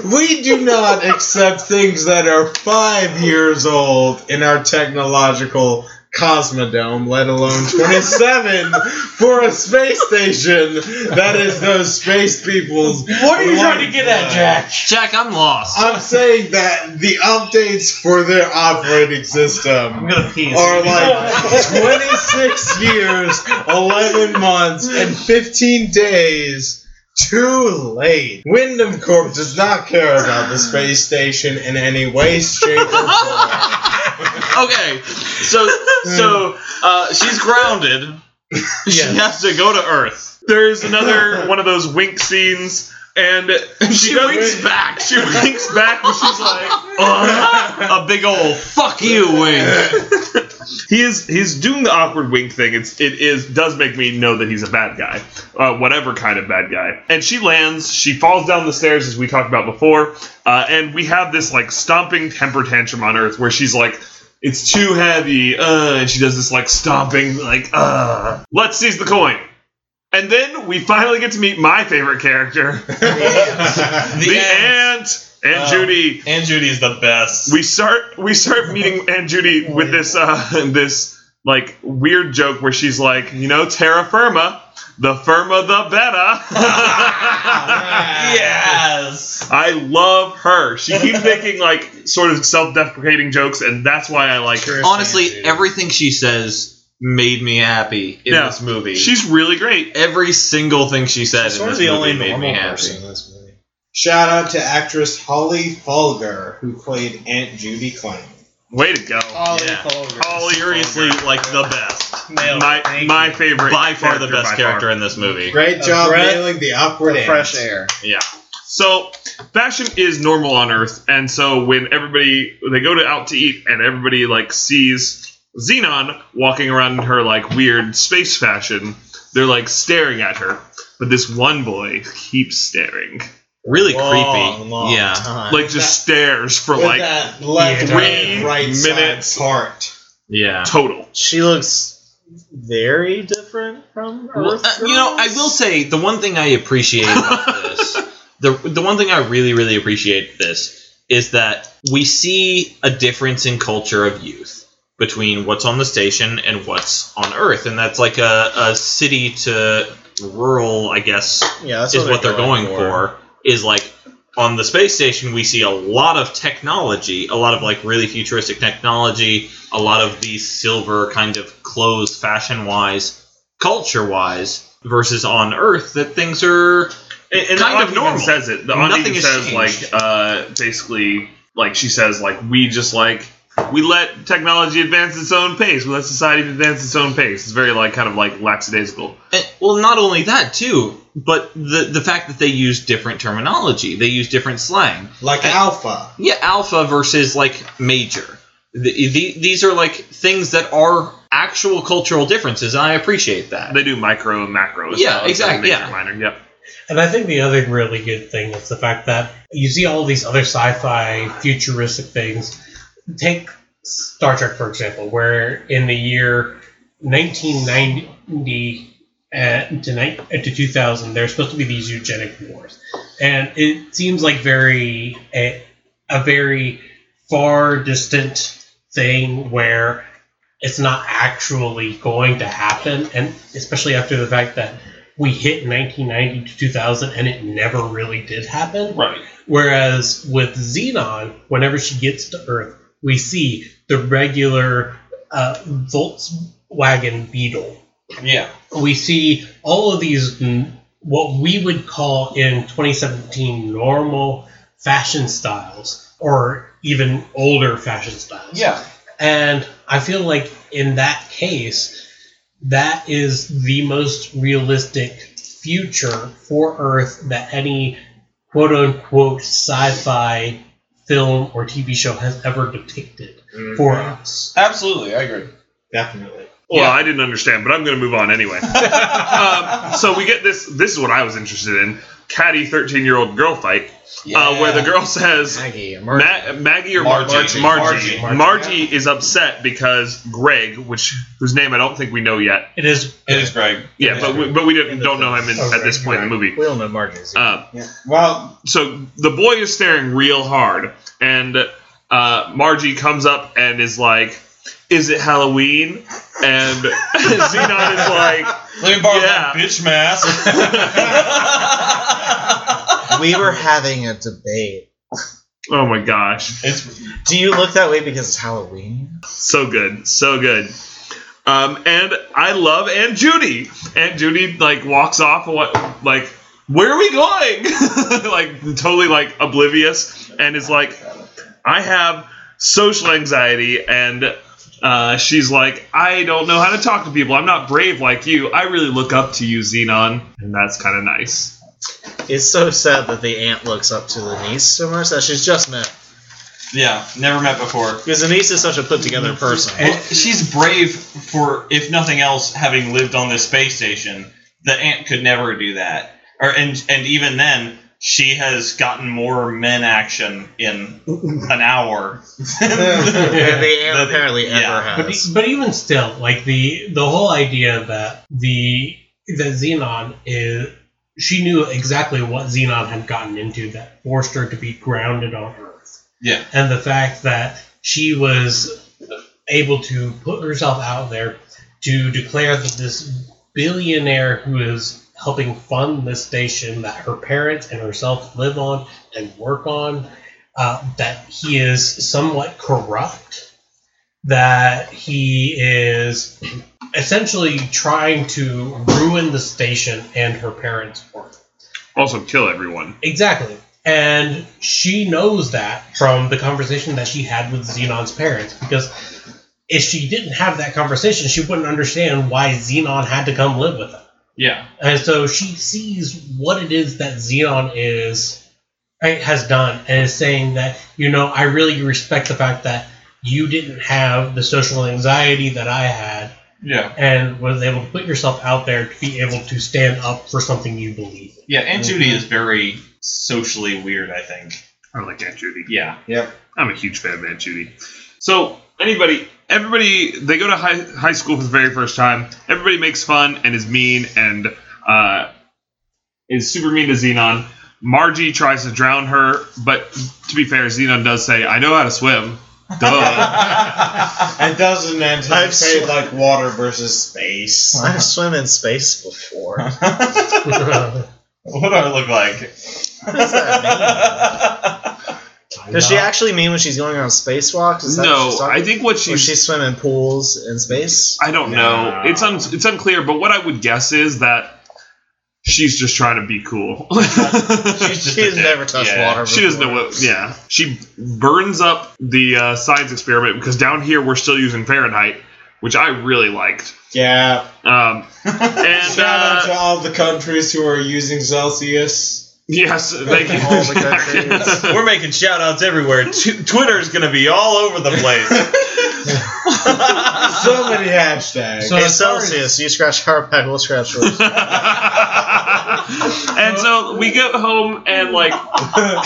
F: we we do not accept things that are 5 years old in our technological cosmodome, let alone 27 for a space station that is those space people's
D: What are you trying to get at, Jack?
C: Jack, I'm lost.
F: I'm saying that the updates for their operating system
E: I'm gonna pee.
F: are like 26 years, 11 months, and 15 days too late. Wyndham Corp does not care about the space station in any way, shape, or form.
C: Okay, so so uh, she's grounded. She has to go to Earth.
B: There's another one of those wink scenes, and
C: She,
B: does-
C: winks back.
B: She winks back, and she's like,
C: Ugh, a big old fuck you wink.
B: he is he's doing the awkward wink thing. It's it is does make me know that he's a bad guy, uh, whatever kind of bad guy. And she lands. She falls down the stairs as we talked about before, uh, and we have this like stomping temper tantrum on Earth where she's like. It's too heavy, uh, and she does this like stomping, like, uh. Let's seize the coin. And then we finally get to meet my favorite character, the, ant. and
C: Uh,
B: Judy.
C: And Judy's the best.
B: We start we start meeting Aunt Judy with this uh, this like weird joke where she's like, you know, terra firma, the firma the better.
C: yes.
B: I love her. She keeps making like sort of self-deprecating jokes, and that's why I like her.
C: Honestly, everything she says made me happy in
B: Yeah.
C: this movie.
B: She's really great.
C: every single thing she said in
E: sort of
C: this
E: the
C: movie
E: only
C: made me
E: normal
C: happy.
E: person in this movie.
F: Shout out to actress Holly Fulger, who played Aunt Judy Klein.
B: Way to go.
E: Holly
C: Yeah.
E: Fulger.
B: Holly
C: Seriously, like the best.
B: my my favorite,
C: By far the best
B: by
C: character
B: far.
C: in this movie.
F: Great job
E: breath
F: nailing the awkward
E: The
F: ant.
E: fresh air.
B: So, fashion is normal on Earth, and so when everybody they go to out to eat, and everybody like sees Xenon walking around in her like weird space fashion, they're like staring at her. But this one boy keeps staring,
C: Really
E: Long,
C: creepy.
E: long
C: yeah.
E: time.
B: like just stares for
F: With
B: like
F: that left
B: three
F: and right side
B: minutes.
F: part.
C: Yeah.
B: total.
E: she looks very different from
C: Well,
E: Earth.
C: uh, you know, I will say the one thing I appreciate about this, the the one thing I really really appreciate this is that we see a difference in culture of youth. between what's on the station and what's on Earth, and that's like a, a city to rural, I guess,
E: Yeah, that's
C: is what they're going for. Is like on the space station, we see a lot of technology, a lot of like really futuristic technology, a lot of these silver kind of clothes, fashion wise, culture wise, versus on Earth that things are.
B: And, and
C: Kind
B: the
C: of
B: aunt
C: normal.
B: Even says it. The
C: Nothing
B: aunt even
C: has
B: says
C: changed.
B: like uh, basically like she says like we just like we let technology advance its own pace. We let society advance its own pace. It's very like kind of like lackadaisical.
C: And, well, not only that too, but the the fact that they use different terminology, they use different slang.
F: Like Alpha.
C: Yeah, alpha versus like major. The, the, these are like things that are actual cultural differences. And I appreciate that.
B: They do micro and macro. As
C: Yeah,
B: well, instead of
C: exactly,
B: major
C: yeah.
B: and Minor. Yep.
D: And I think the other really good thing is the fact that you see all these other sci-fi futuristic things. Take Star Trek for example, where in the year 1990 uh, to, ni- uh, to 2000, there's supposed to be these eugenic wars, and it seems like very a, a very far distant thing where it's not actually going to happen, and especially after the fact that we hit 1990 to 2000 and it never really did happen.
B: Right.
D: Whereas with Xenon, whenever she gets to Earth, we see the regular uh, Volkswagen Beetle.
E: Yeah.
D: We see all of these, mm, what we would call in 2017 normal fashion styles or even older fashion styles.
E: Yeah.
D: And I feel like in that case, that is the most realistic future for Earth that any quote unquote sci fi film or TV show has ever depicted for us.
E: Absolutely, I
C: Uh,
E: agree.
F: Definitely.
B: Well,
E: Yeah.
B: I didn't understand, but I'm going to move on anyway. um, so we get this. This is what I was interested in: catty thirteen-year-old girl fight, uh, where the girl says,
E: Maggie, a
B: Ma-
E: murderer.
B: Maggie or
E: Margie.
B: Margie?
E: Margie.
B: Margie. Margie,
E: Margie.
B: is upset because Greg, which whose name I don't think we know yet.
D: It is
E: it is Greg.
B: Yeah, but we, but we didn't,
D: the
B: don't know him in,
D: film.
B: at this point in the movie.
E: We all know Margie's.
B: Uh,
F: Yeah. Well,
B: so the boy is staring real hard, and uh, Margie comes up and is like, "Is it Halloween?" And Xenon is like,
E: Let me
B: borrow that
E: bitch mask.
J: We were having a debate.
B: "Oh my gosh,
E: it's
J: Do you look that way because it's Halloween?
B: so good, so good." Um, and I love Aunt Judy. Aunt Judy like walks off. What like where are we going? like totally like oblivious, and is like, I have social anxiety, and uh, she's like, I don't know how to talk to people. I'm not brave like you. I really look up to you, Xenon, and that's kind of nice.
J: It's so sad that the aunt looks up to the niece so much that she's just met.
E: yeah, never met before.
J: Because the niece is such a put together person.
E: Well, she's brave for, if nothing else, having lived on this space station. The ant could never do that, or and and even then, she has gotten more men action in an hour.
J: And the aunt
E: That-
J: apparently ever
E: yeah.
D: But, e-
J: has.
D: but even still, like the the whole idea that the that Xenon is she knew exactly what Xenon had gotten into that forced her to be grounded on Earth.
E: Yeah.
D: And the fact that she was able to put herself out there to declare that this billionaire who is helping fund this station that her parents and herself live on and work on, uh, that he is somewhat corrupt that he is essentially trying to ruin the station and her parents' work.
B: Also, kill everyone.
D: Exactly. And she knows that from the conversation that she had with Xenon's parents because if she didn't have that conversation, she wouldn't understand why Xenon had to come live with her.
E: yeah,
D: And so she sees what it is that Xenon is right, has done and is saying that, you know, I really respect the fact that you didn't have the social anxiety that I had
E: yeah,
D: and was able to put yourself out there to be able to stand up for something you believe in.
E: yeah. Aunt Judy is very socially weird. I think.
B: I like Aunt Judy.
E: Yeah.
B: I'm a huge fan of Aunt Judy. So anybody, everybody, they go to high, high school for the very first time. Everybody makes fun and is mean and uh, is super mean to Xenon. Margie tries to drown her, but to be fair, Xenon does say, "I know how to swim," Duh.
F: It doesn't
E: I've
F: anticipate
E: seen-
F: like water versus space.
E: I've swum in space before.
J: What do I look like?
E: What does that Does she actually mean when she's going on spacewalks? Is that what
B: no,
E: she's talking-
B: I think what
E: Or
B: she's.
E: she's swimming pools in space?
B: I don't know.
F: Nah.
B: It's un, it's unclear, but what I would guess is that she's just trying to be cool.
E: She's she's never touched
J: Yeah,
E: water before.
B: She doesn't know what. Yeah, she burns up the uh, science experiment because down here we're still using Fahrenheit, which I really liked.
F: Yeah.
B: Um, and
F: Shout out to
B: uh,
F: all the countries who are using Celsius.
B: yes, thank you.
E: All the countries.
J: We're making shout outs everywhere. T- Twitter's going to be all over the place.
F: So many hashtags.
E: Hey, Celsius, you scratch our back, we'll scratch yours.
B: and so we go home and like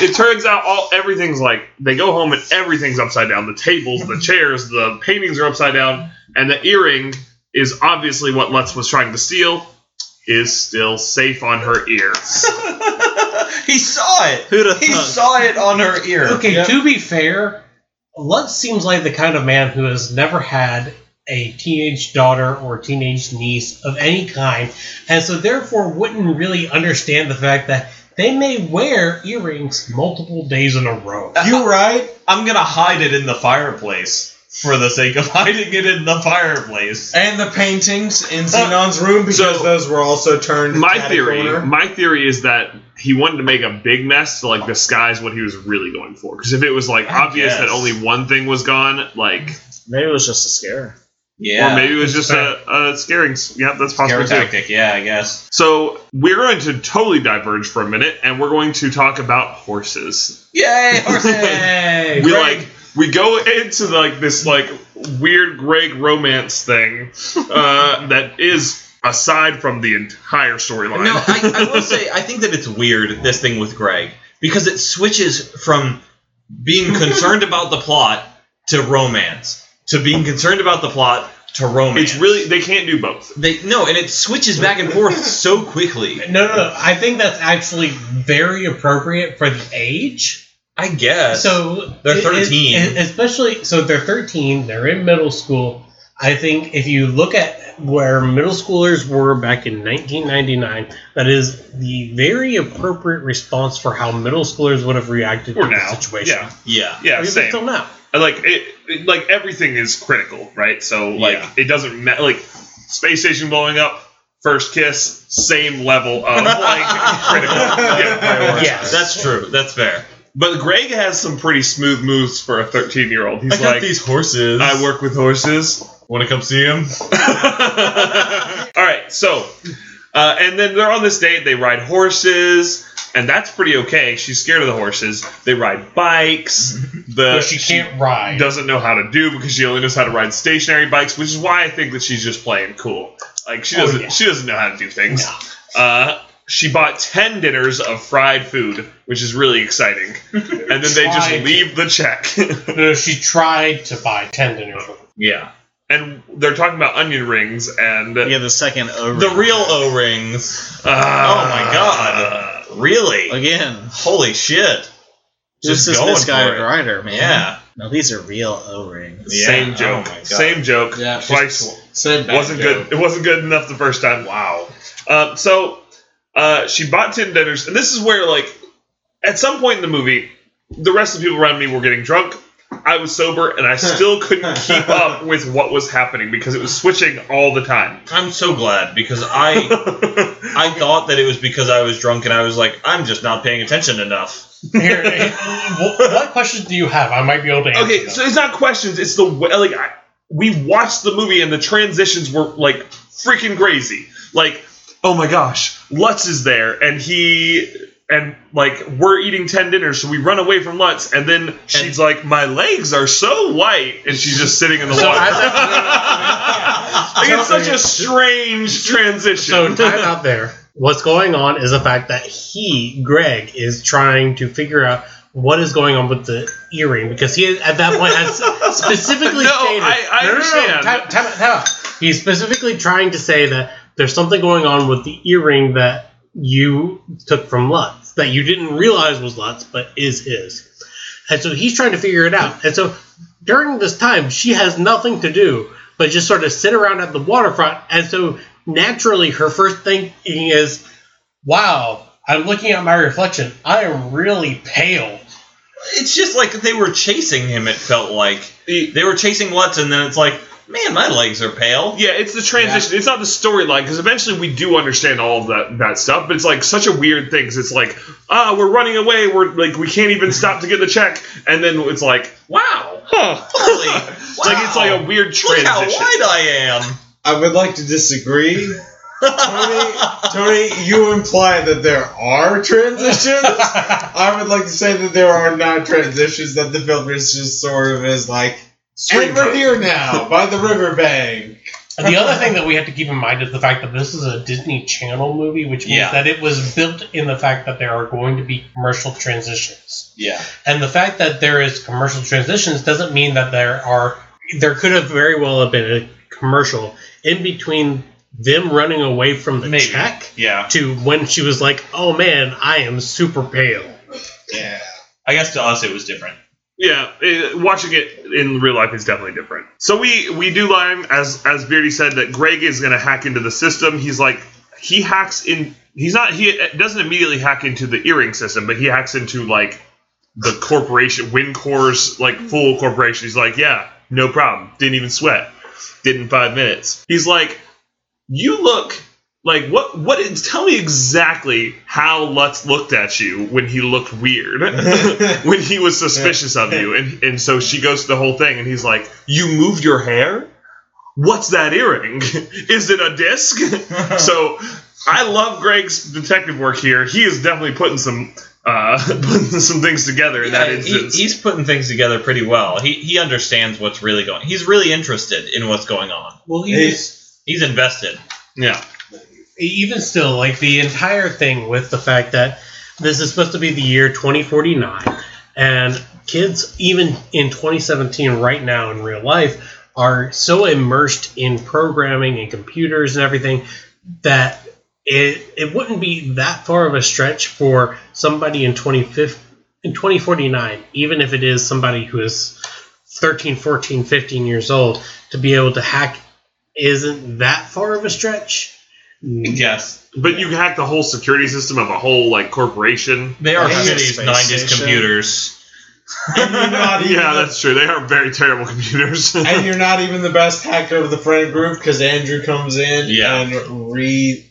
B: it turns out all everything's like they go home and everything's upside down the tables the chairs the paintings are upside down and the earring is obviously what Lutz was trying to steal is still safe on her ear
J: he saw it.
E: Who'd have
J: He
E: thunk?
J: saw it on her ear.
D: Okay, to be fair, Lutz seems like the kind of man who has never had a teenage daughter or teenage niece of any kind, and so therefore wouldn't really understand the fact that they may wear earrings multiple days in a row.
F: you right?
J: I'm going to hide it in the fireplace for the sake of hiding it in the fireplace.
F: And the paintings in Xenon's room because
B: So-
F: those were also turned.
B: my
F: cat a
B: theory
F: corner.
B: my theory is that he wanted to make a big mess to like disguise what he was really going for because if it was like
J: I
B: obvious that
J: guess.
B: only one thing was gone like
E: Maybe it was just a scare.
J: Yeah.
B: or maybe it was just a, a scaring yeah that's
J: Scare
B: possible too
J: tactic. Yeah, I guess.
B: So we're going to totally diverge for a minute, and we're going to talk about horses.
J: Yay, horses!
B: We like we go into like this like weird Greg romance thing uh, that is aside from the entire storyline.
J: No, I, I will say I think that it's weird this thing with Greg because it switches from being concerned about the plot to romance to being concerned about the plot to romance.
B: it's really they can't do both.
J: they no, and it switches back and forth so quickly.
D: No, no, no. I think that's actually very appropriate for the age.
J: I guess
D: So
J: They're
D: it- it-
J: 13.
D: it- especially, so they're 13, they're in middle school. I think if you look at where middle schoolers were back in 1999, that is the very appropriate response for how middle schoolers would have reacted
B: Or
D: to
B: now.
D: the situation.
B: Yeah.
J: yeah,
B: Yeah,
D: Or even
B: same.
D: still now.
B: And, like it, it- like everything is critical, right? So like
J: Yeah.
B: it doesn't matter. Like space station blowing up, first kiss, same level of like critical. Yeah.
D: Yes.
J: that's true. That's fair.
B: But Greg has some pretty smooth moves for a 13 year old. He's
J: I got
B: like,
J: these horses.
B: I work with horses.
J: Want to come see him?
B: All right, so, uh, and then they're on this date. They ride horses, and that's pretty okay. She's scared of the horses. They ride bikes. The
D: But she can't ride.
B: doesn't know how to do because she only knows how to ride stationary bikes, which is why I think that she's just playing cool. Like she doesn't
D: yeah.
B: she doesn't know how to do things. Uh, she bought ten dinners of fried food, which is really exciting. And then they just
D: Fried.
B: leave the check.
D: No, she tried to buy 10 dinners.
J: Yeah,
B: and they're talking about onion rings and
E: Yeah, the second over.
J: the real O rings.
B: uh,
J: Oh my god! Really?
E: Again,
J: Holy shit!
E: just
J: Just
E: this
J: going
E: misguided
J: for it.
E: writer, man.
J: Yeah.
E: No, these are real O-rings.
J: Yeah.
B: Same
J: Oh
B: joke.
J: my God.
B: Same joke.
F: Yeah, she's
B: Twice.
F: Said back
B: wasn't good. It wasn't good enough the first time. Wow. Um, so uh, she bought ten dinners, and this is where like at some point in the movie, the rest of the people around me were getting drunk. I was sober, and I still couldn't keep up with what was happening because it was switching all the time.
J: I'm so glad because I I thought that it was because I was drunk and I was like, I'm just not paying attention enough.
D: Here, eh, what, what questions do you have? I might be able to answer.
B: okay,
D: them.
B: so it's not questions. It's the way. Like I, we watched the movie, and the transitions were like freaking crazy. Like, oh my gosh, Lutz is there, and he and like we're eating ten dinners, so we run away from Lutz, and then she's like, my legs are so white, and she's just sitting in the water. like, it's such a strange
D: So
B: transition.
D: time out there. What's going on is the fact that he, Greg, is trying to figure out what is going on with the earring because he, at that point, has specifically
B: No,
D: stated.
B: I- I understand.
D: Time, time out, time out. He's specifically trying to say that there's something going on with the earring that you took from Lutz that you didn't realize was Lutz but is his. And so he's trying to figure it out. And so during this time, she has nothing to do but just sort of sit around at the waterfront. And so naturally, her first thinking is, wow, I'm looking at my reflection. I am really pale.
J: It's just like they were chasing him. It felt like
B: The-
J: they were chasing Lutz, and then it's like, man, my legs are pale.
B: yeah, it's the transition. It's not the storyline because eventually we do understand all of that that stuff. But it's like such a weird thing. 'cause it's like ah, we're running away. We're like we can't even stop to get the check, and then it's like wow, huh.
J: Holy-
B: like it's like a
J: Look
B: weird transition.
J: how wide I am.
F: I would like to disagree. Tony, Tony, you imply that there are transitions. I would like to say that there are not transitions, that the film is just sort of is like,
B: Straight
F: and we're
B: cut.
F: here now, by the riverbank.
D: And the other thing that we have to keep in mind is the fact that this is a Disney Channel movie, which means
J: Yeah.
D: that it was built in the fact that there are going to be commercial transitions.
J: Yeah.
D: And the fact that there is commercial transitions doesn't mean that there are there could have very well have been a commercial in between them running away from the check
J: Yeah.
D: to when she was like, "Oh man, I am super pale."
F: Yeah.
J: I guess to us it was different.
B: Yeah, eh, watching it in real life is definitely different. So we we do learn, as as Beardy said, that Greg is going to hack into the system. He's like he hacks in. He's not. He eh, doesn't immediately hack into the earring system, but he hacks into like the corporation, WinCore's like full corporation. He's like, yeah, no problem. Didn't even sweat. Did in five minutes. He's like, you look like what? What is? Tell me exactly how Lutz looked at you when he looked weird. when he was suspicious of you and, and so she goes to the whole thing and he's like you moved your hair what's that earring is it a disc so i love greg's detective work here he is definitely putting some uh, putting some things together in that
J: Yeah, he-
B: instance
J: he's putting things together pretty well. He he understands what's really going. He's really interested in what's going on.
D: Well,
J: He's invested.
B: yeah
D: even still, like the entire thing with the fact that this is supposed to be the year 2049, and kids, even in 2017, right now in real life, are so immersed in programming and computers and everything that it, it wouldn't be that far of a stretch for somebody in 25 in 2049, even if it is somebody who is 13, 14, 15 years old, to be able to hack isn't that far of a stretch.
J: Yes,
B: but you can hack the whole security system of a whole like corporation
J: they are
F: Yeah.
J: shitty
F: Space
J: '90s
F: station.
J: computers.
F: And you're not even
B: yeah that's true they are very terrible computers
F: and you're not even the best hacker of the friend group because Andrew comes in
J: Yeah.
F: and re.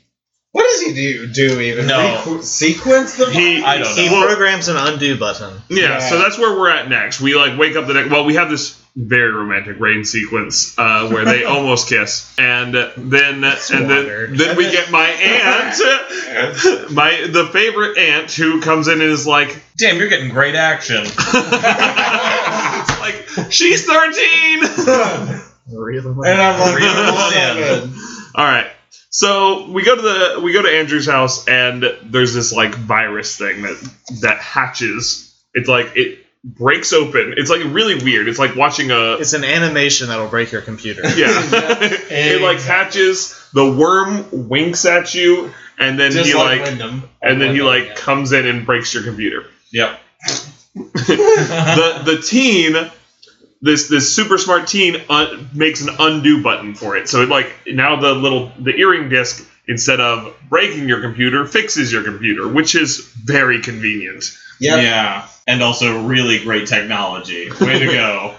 F: What does he do? Do even
J: No.
F: Requ- sequence them?
B: He-
J: I don't
E: He
J: know.
B: Well-
E: programs an undo button.
B: Yeah,
F: Yeah.
B: so that's where we're at next. We like wake up the next. Well, we have this very romantic rain sequence uh, where they almost kiss, and then and then,
D: watered.
B: then we get my aunt, my the favorite aunt who comes in and is like,
J: Damn, you're getting great action.
B: "Ah, like she's thirteen.
F: and I'm like,
J: Real
F: "Oh,
J: man."
F: man."
B: All right. So we go to the we go to Andrew's house and there's this like virus thing that that hatches. It's like it breaks open. It's like really weird. It's like watching a
E: It's an animation that'll break your computer.
B: Yeah. it like hatches, the worm winks at you, and then
F: Just
B: he
F: like,
B: like,
F: Wyndham.
B: and then he like comes in and breaks your computer.
J: Yep.
B: The the teen this this super smart teen un- makes an undo button for it. So it like now the little the earring disc instead of breaking your computer fixes your computer, which is very convenient.
F: Yep.
J: Yeah, and also really great technology. Way to go.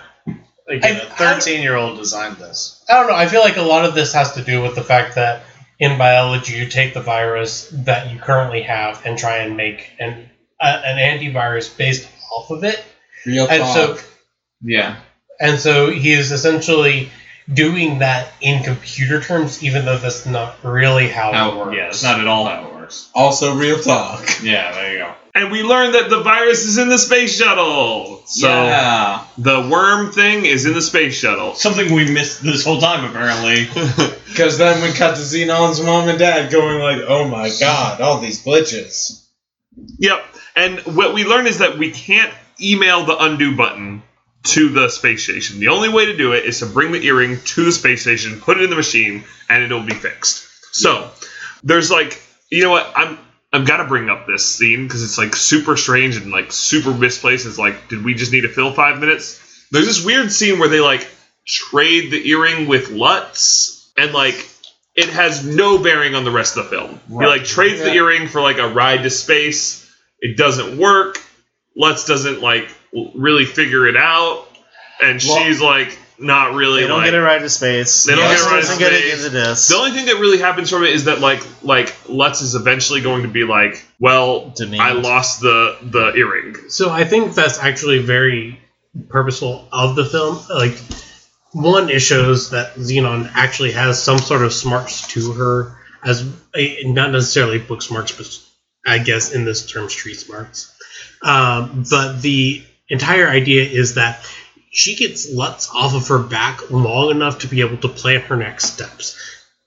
D: Again,
E: A 13 year old designed this.
D: I don't know. I feel like a lot of this has to do with the fact that in biology, you take the virus that you currently have and try and make an a, an antivirus based off of it.
F: Real
D: And
F: talk.
D: so,
J: yeah.
D: and so he is essentially doing that in computer terms, even though that's not really how, it works.
J: Yeah, it's not at all how it works.
F: also real talk.
J: Yeah, there you go.
B: And we learn that the virus is in the space shuttle. So
J: yeah.
B: the worm thing is in the space shuttle.
J: Something we missed this whole time, apparently.
F: Because then we cut to Xenon's mom and dad going like, "Oh my god, all these glitches."
B: Yep. And what we learn is that we can't email the undo button to the space station. The only way to do it is to bring the earring to the space station, put it in the machine, and it'll be fixed. So there's like, you know what? I'm I've got to bring up this scene because it's like super strange and like super misplaced. It's like, did we just need to fill five minutes? There's this weird scene where they like trade the earring with Lutz, and like it has no bearing on the rest of the film. He like trades the
F: Yeah.
B: earring for like a ride to space. It doesn't work. Lutz doesn't like w- really figure it out, and
E: Well-
B: she's like not really.
E: They don't
B: like,
E: get a ride to space.
B: They don't
E: Yes,
B: get a ride to
E: doesn't get to
B: space.
E: give the disc.
B: The only thing that really happens from it is that like like Lutz is eventually going to be like, well,
E: Demand.
B: I lost the the earring.
D: So I think that's actually very purposeful of the film. Like, one, it shows that Xenon actually has some sort of smarts to her, as eh, not necessarily book smarts, but I guess in this term, street smarts. Um, but the entire idea is that she gets Lutz off of her back long enough to be able to plan her next steps.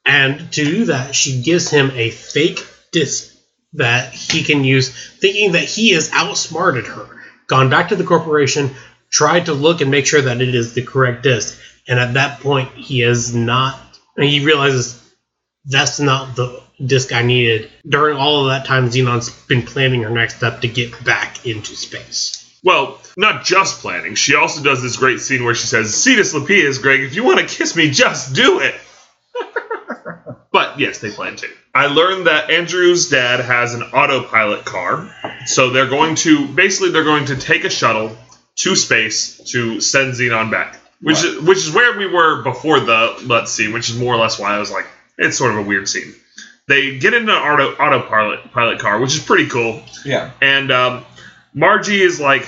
D: And to do that, she gives him a fake disc that he can use, thinking that he has outsmarted her, gone back to the corporation, tried to look and make sure that it is the correct disc. And at that point, he is not, and he realizes that's not the disc I needed. During all of that time, Xenon's been planning her next step to get back into space.
B: Well, not just planning. She also does this great scene where she says, "Cetus Lapias, Greg, if you want to kiss me, just do it." but yes, they plan to. I learned that Andrew's dad has an autopilot car, so they're going to basically they're going to take a shuttle to space to send Xenon back, which is, which is where we were before the Lutz scene, which is more or less why I was like, it's sort of a weird scene. They get into an auto autopilot pilot car, which is pretty cool.
J: Yeah.
B: And um, Margie is like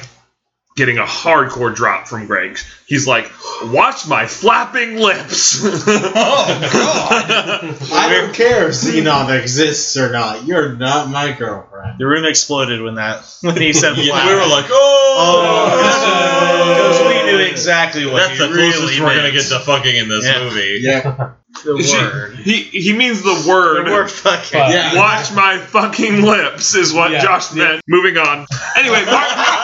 B: getting a hardcore drop from Greg. He's like, "Watch my flapping lips."
J: Oh,
F: I don't care if Xenon exists or not. You're not my girlfriend.
E: The room exploded when that when he said
J: Yeah,
E: "Wow."
J: we were like,
B: Oh,
J: oh,
E: because we knew exactly what
J: That's
E: he
J: the closest
E: really
J: we're gonna
E: meant.
J: get to fucking in this
E: Yeah.
J: movie.
F: Yeah.
E: the
B: She-
E: word.
B: he he means the
E: The
B: word.
E: word fucking.
D: Fuck.
F: Yeah.
B: Watch my fucking lips is what
F: Yeah.
B: Josh
F: Yeah.
B: meant. Moving on. Anyway, Mar-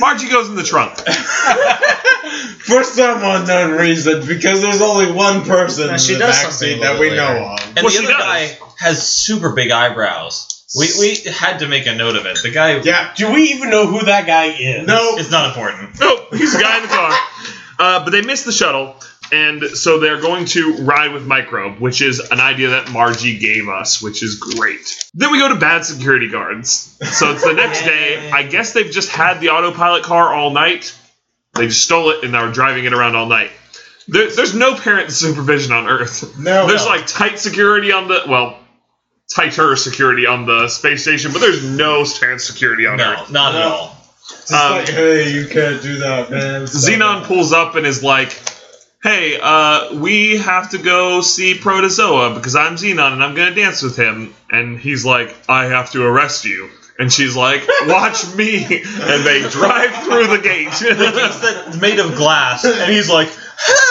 B: Margie goes in the trunk.
F: For some unknown reason, because there's only one person
E: Now,
F: in
E: she
F: the
E: does
F: backseat
E: something a
F: that
E: little
F: we
E: later.
F: know of.
J: And
B: Well,
J: the
B: she
J: other
B: does.
J: guy has super big eyebrows. We, we had to make a note of it. The guy
F: Yeah.
D: Do we even know who that guy is?
F: No.
J: is not important.
B: Oh, he's a guy in the car. Uh, but they missed the shuttle, and so they're going to ride with Microbe, which is an idea that Margie gave us, which is great. Then we go to bad security guards. So it's the next day. I guess they've just had the autopilot car all night. They've stole it and are driving it around all night. There, there's no parent supervision on Earth.
F: Oh, No.
B: There's like tight security on the well, tighter security on the space station, but there's no stand security on Earth.
J: No, not at
F: No.
J: all.
F: Just like, hey, you can't do that, man. So-
B: Um, Xenon pulls up and is like, "Hey, uh, we have to go see Protozoa because I'm Xenon and I'm gonna dance with him." And he's like, "I have to arrest you." And she's like, "Watch me!" And they drive through the gate.
J: It's made of glass, and he's like,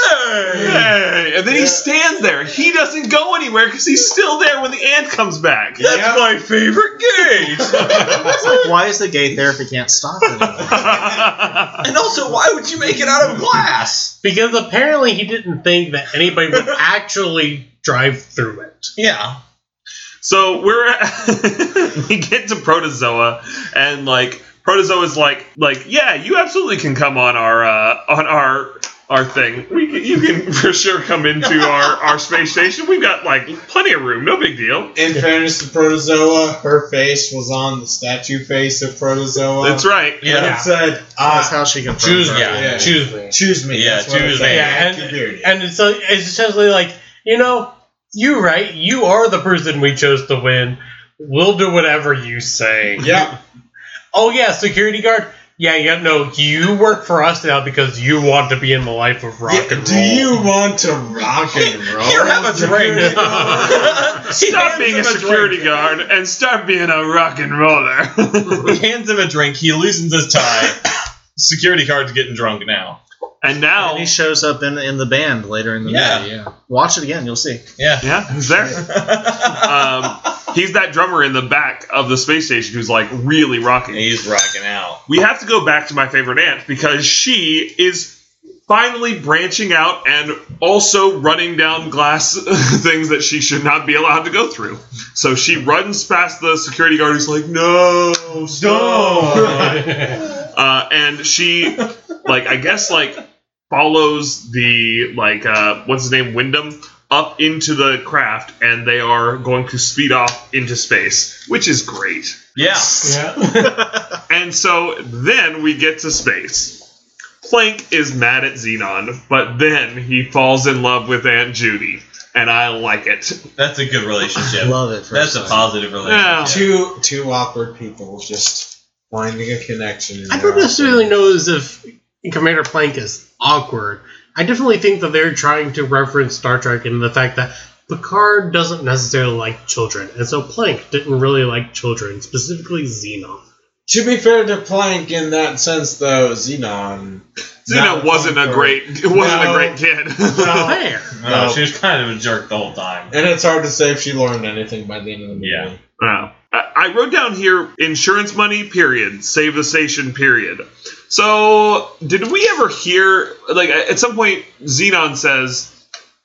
J: hey!
B: Hey! And then he stands there. He doesn't go anywhere because he's still there when the ant comes back.
J: That's my favorite gate.
E: It's like, why is the gate there if he can't stop it?
J: and also, why would you make it out of glass?
D: Because apparently he didn't think that anybody would actually drive through it.
J: Yeah.
B: So we're at, we get to Protozoa and like Protozoa is like like yeah you absolutely can come on our uh, on our our thing we can, you can for sure come into our our space station we've got like plenty of room no big deal
F: In fairness to Protozoa, her face was on the statue face of Protozoa.
B: that's right
F: And
J: Yeah.
F: It said,
E: That's
F: ah,
E: how she can
D: Choose
E: her.
D: me.
J: Yeah.
F: yeah.
D: Choose me.
F: choose me.
J: Yeah,
F: That's what it
J: choose
F: said.
J: me.
D: Yeah, and,
F: Computer.
D: and it's, like- it's essentially like, you know, you right, you are the person we chose to win. We'll do whatever you say.
F: Yep.
D: Oh yeah, security guard. Yeah, yeah, no, you work for us now because you want to be in the life of rock
F: Yeah,
D: and roll.
F: do you want to rock and roll?
J: Here, have a drink.
B: stop being a security guard and start being a rock and roller
J: He hands him a drink. He loosens his tie. Security guard's getting drunk now.
B: and
E: And
D: Oh.
B: now
E: he shows up in in the band later in the
J: Yeah.
E: movie. Yeah. Watch it again, you'll see.
J: Yeah.
B: yeah he's there um, he's that drummer in the back of the space station who's like really rocking
J: He's rocking out.
B: we have to go back to my favorite aunt because she is finally branching out and also running down glass things that she should not be allowed to go through. So she runs past the security guard who's like, "No, stop!" uh, and she, like, I guess, like follows the like uh, what's his name Wyndham up into the craft, and they are going to speed off into space, which is great.
C: Yeah.
D: yeah.
B: And so then we get to space. Plank is mad at Xenon, but then he falls in love with Aunt Judy, and I like it.
C: That's a good relationship.
E: Love it. for
C: That's a
E: sight.
C: positive
B: Yeah.
C: relationship.
F: Two two awkward people just finding a connection. in
D: I
F: their
D: don't necessarily know as if Commander Plank is awkward. I definitely think that they're trying to reference Star Trek and the fact that Picard doesn't necessarily like children, and so Plank didn't really like children, specifically Xenon.
F: To be fair to Plank in that sense, though, Xenon.
B: Xenon wasn't a great wasn't a
F: No.
B: great kid.
F: No.
D: Fair.
C: No, she was kind of a jerk the whole time.
F: And it's hard to say if she learned anything by the end of the movie.
C: Yeah.
B: Wow. I I wrote down here insurance money, period. Save the station, period. So, did we ever hear, like, at some point, Xenon says,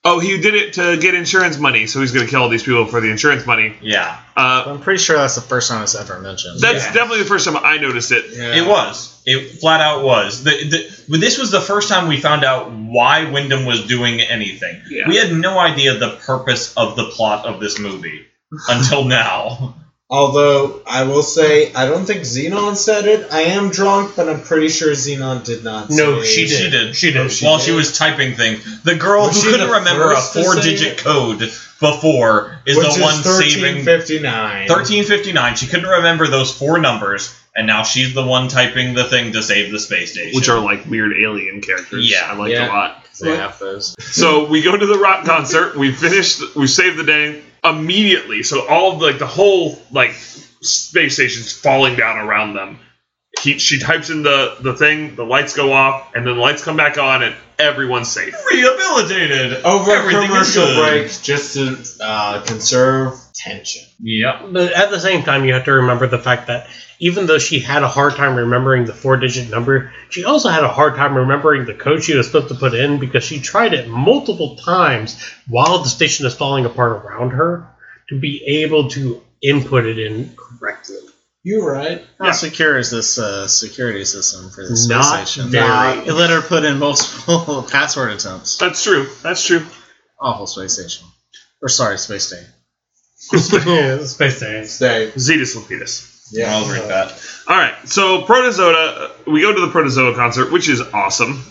B: Oh, he did it to get insurance money, so he's going to kill all these people for the insurance money.
C: Yeah.
B: Uh,
E: I'm pretty sure that's the first time it's ever mentioned.
B: that's
C: Yeah.
B: definitely the first time I noticed it.
F: Yeah.
C: It was. It flat out was. The, the, well, this was the first time we found out why Wyndham was doing anything.
B: Yeah.
C: We had no idea the purpose of the plot of this movie until now.
F: Although I will say, I don't think Xenon said it. I am drunk, but I'm pretty sure Xenon did not.
D: No,
F: say
D: she
C: She
D: did.
C: did.
D: She did.
C: While she was typing things, the girl
F: Was
C: who
F: she
C: couldn't
F: the
C: remember a
F: first to say
C: four-digit
F: it?
C: code before is
F: Which
C: the one saving.
F: 1359.
C: 1359. She couldn't remember those four numbers, and now she's the one typing the thing to save the space station.
B: Which are like weird alien characters.
C: Yeah.
B: I liked
F: Yeah.
B: a lot.
E: They have those.
B: So we go to the rock concert. We finish. We save the day immediately. So all of, like the whole like space station's falling down around them. He, she types in the the thing. The lights go off, and then the lights come back on, and everyone's safe.
C: rehabilitated. Oh,
F: Over
C: Everything is
F: commercial
C: good.
F: break just to uh, conserve tension.
C: Yep.
D: But at the same time, you have to remember the fact that even though she had a hard time remembering the four digit number, she also had a hard time remembering the code she was supposed to put in because she tried it multiple times while the station is falling apart around her to be able to input it in correctly.
F: You're right.
E: How secure is this uh, security system for the space
D: Not
E: station?
D: very.
E: Not- It let her put in multiple password attempts.
B: That's true. That's true.
E: Awful space station. Or sorry, space station.
D: Space days.
F: Stay.
B: Zetus Lapidus.
F: Yeah.
C: I'll drink that.
B: All right, so Protozoa, we go to the Protozoa concert, which is awesome,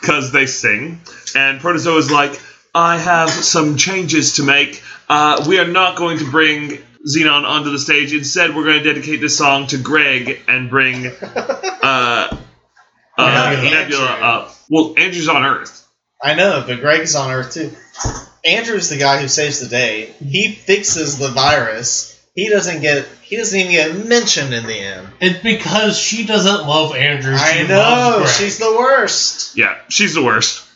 B: because they sing, and Protozoa is like, "I have some changes to make. Uh, we are not going to bring Xenon onto the stage. Instead, we're going to dedicate this song to Greg and bring uh, uh,
E: Andrew.
B: Nebula up. Well, Andrew's on Earth.
E: I know, but Greg's on Earth too. Andrew's the guy who saves the day. He fixes the virus. He doesn't get. He doesn't even get mentioned in the end.
D: It's because she doesn't love Andrew. She
E: I know.
D: loves Greg.
E: She's the worst.
B: Yeah, she's the worst."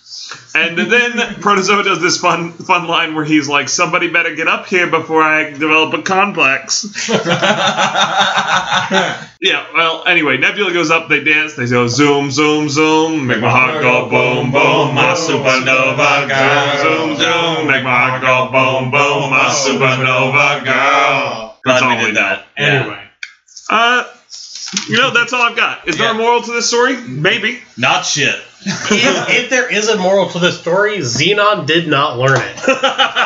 B: And then Protozoa does this fun, fun line where he's like, "Somebody better get up here before I develop a complex." Yeah, well, anyway, Nebula goes up, they dance, they go zoom, zoom, zoom, make my heart go boom, boom, my supernova girl. Zoom, zoom, make my heart go boom, boom, my supernova girl. That's all we know.
C: that. Yeah.
D: Anyway.
B: Uh, you know, that's all I've got. Is there a
C: Yeah.
B: moral to this story? Maybe.
C: Not shit.
D: if, if there is a moral to the story, Xenon did not learn it.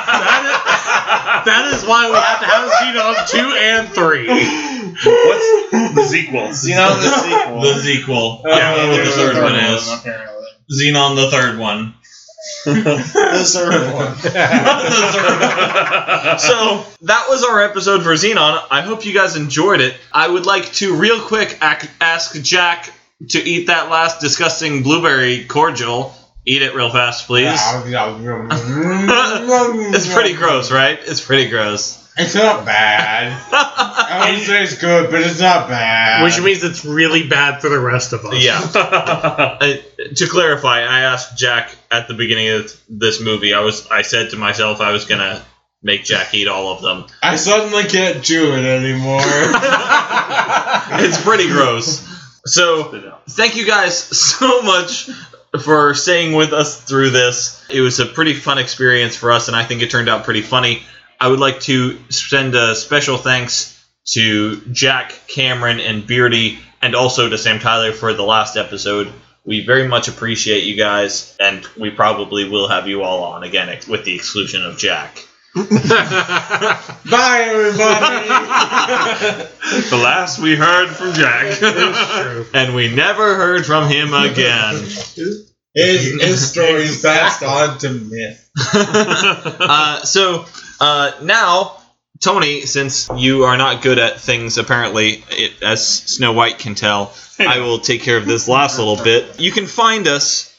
D: that, is, that is why we have to have Xenon 2 and 3.
B: What's the sequel?
E: You know the sequel.
C: The sequel.
E: Uh,
C: yeah, I don't know what the
E: there's a
C: third
E: third
C: one is.
E: apparently.
C: Xenon, the third one.
E: The third one.
C: The third one. so that was our episode for Xenon. I hope you guys enjoyed it. I would like to real quick ac- ask Jack to eat that last disgusting blueberry cordial. Eat it real fast, please.
F: mm,
C: It's
F: it's
C: pretty gross, right? It's pretty gross.
F: mm, It's not bad. I wouldn't say it's good, but it's not bad.
D: Which means it's really bad for the rest of us.
C: Yeah. I, to clarify, I asked Jack at the beginning of this movie. I was I said to myself I was gonna make Jack eat all of them.
F: I suddenly can't do it anymore.
C: it's pretty gross. So thank you guys so much for staying with us through this. It was a pretty fun experience for us, and I think it turned out pretty funny. I would like to send a special thanks to Jack, Cameron, and Beardy, and also to Sam Tyler for the last episode. We very much appreciate you guys, and we probably will have you all on again, ex- with the exclusion of Jack.
F: Bye, everybody.
B: The last we heard from Jack.
C: And we never heard from him again.
F: his, his story is passed on to myth.
C: uh, so uh, now, Tony, since you are not good at things, apparently, it, as Snow White can tell, I will take care of this last little bit. You can find us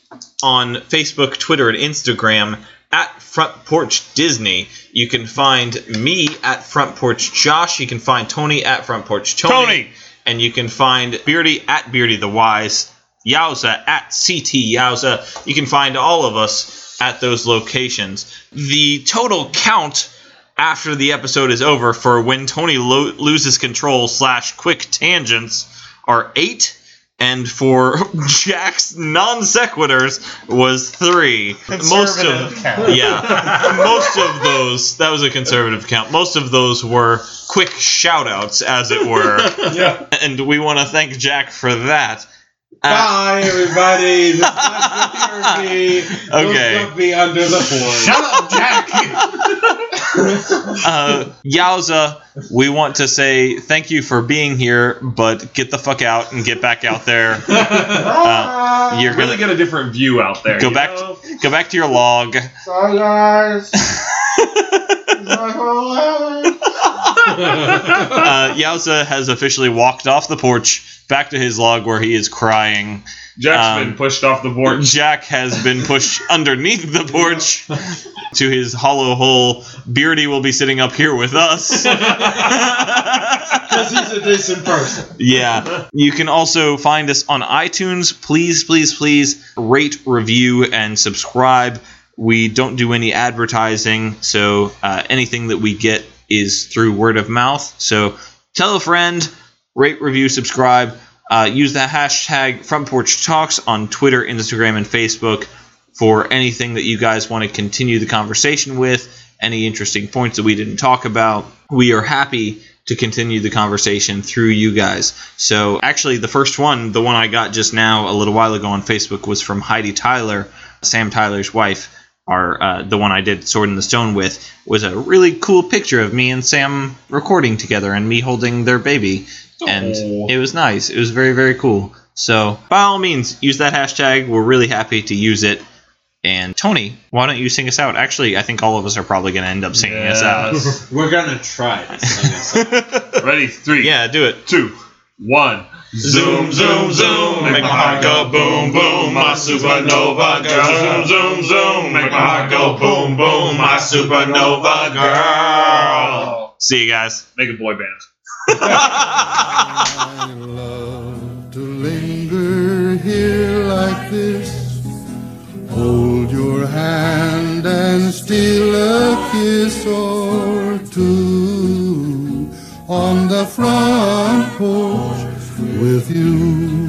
C: on Facebook, Twitter, and Instagram at Front Porch Disney. You can find me at Front Porch Josh. You can find Tony at Front Porch
B: Tony!
C: and you can find Beardy at Beardy the Wise, Yowza at CT Yowza. You can find all of us at those locations. The total count after the episode is over for when Tony lo- loses control slash quick tangents are eight, and for Jack's non sequiturs was three. Most of
E: Conservative count.
C: yeah, most of those that was a conservative count. Most of those were quick shout outs, as it were
F: Yeah.
C: and we want to thank Jack for that. Uh,
F: Bye, everybody. This was the therapy. Don't
C: Okay.
F: slump me under the floor.
I: up, Jack.
C: uh, Yowza, we want to say thank you for being here, but get the fuck out and get back out there. Uh, you're
B: really get
C: gonna
B: a different view out there.
C: go
B: you
C: back,
B: know?
C: go back to your log.
F: Bye, guys. My whole life.
C: Uh, Yowza has officially walked off the porch back to his log where he is crying.
B: Jack's
C: um,
B: been pushed off the board.
C: Jack has been pushed underneath the porch to his hollow hole. Beardy will be sitting up here with us.
F: Because he's a decent person.
C: Yeah. You can also find us on iTunes. Please, please, please rate, review, and subscribe. We don't do any advertising, so uh, anything that we get is through word of mouth. So tell a friend, rate, review, subscribe. Uh, use the hashtag Front Porch Talks on Twitter, Instagram, and Facebook for anything that you guys want to continue the conversation with, any interesting points that we didn't talk about. We are happy to continue the conversation through you guys. So, actually, the first one, the one I got just now a little while ago on Facebook, was from Heidi Tyler, Sam Tyler's wife. Our, uh, the one I did Sword in the Stone with was a really cool picture of me and Sam recording together and me holding their baby. And it was nice. It was very, very cool. So, by all means, use that hashtag. We're really happy to use it. And Tony, why don't you sing us out? Actually, I think all of us are probably going to end up singing us
F: We're gonna try this.
C: out.
B: Ready? Three,
C: yeah, do it.
B: two, one.
C: Zoom, zoom, zoom, make my heart go boom, boom, my supernova girl. Zoom, zoom, zoom, make my heart go boom, boom, my supernova girl. See you guys.
B: Make a boy band.
A: I love to linger here like this. Hold your hand and steal a kiss or two on the front porch with you.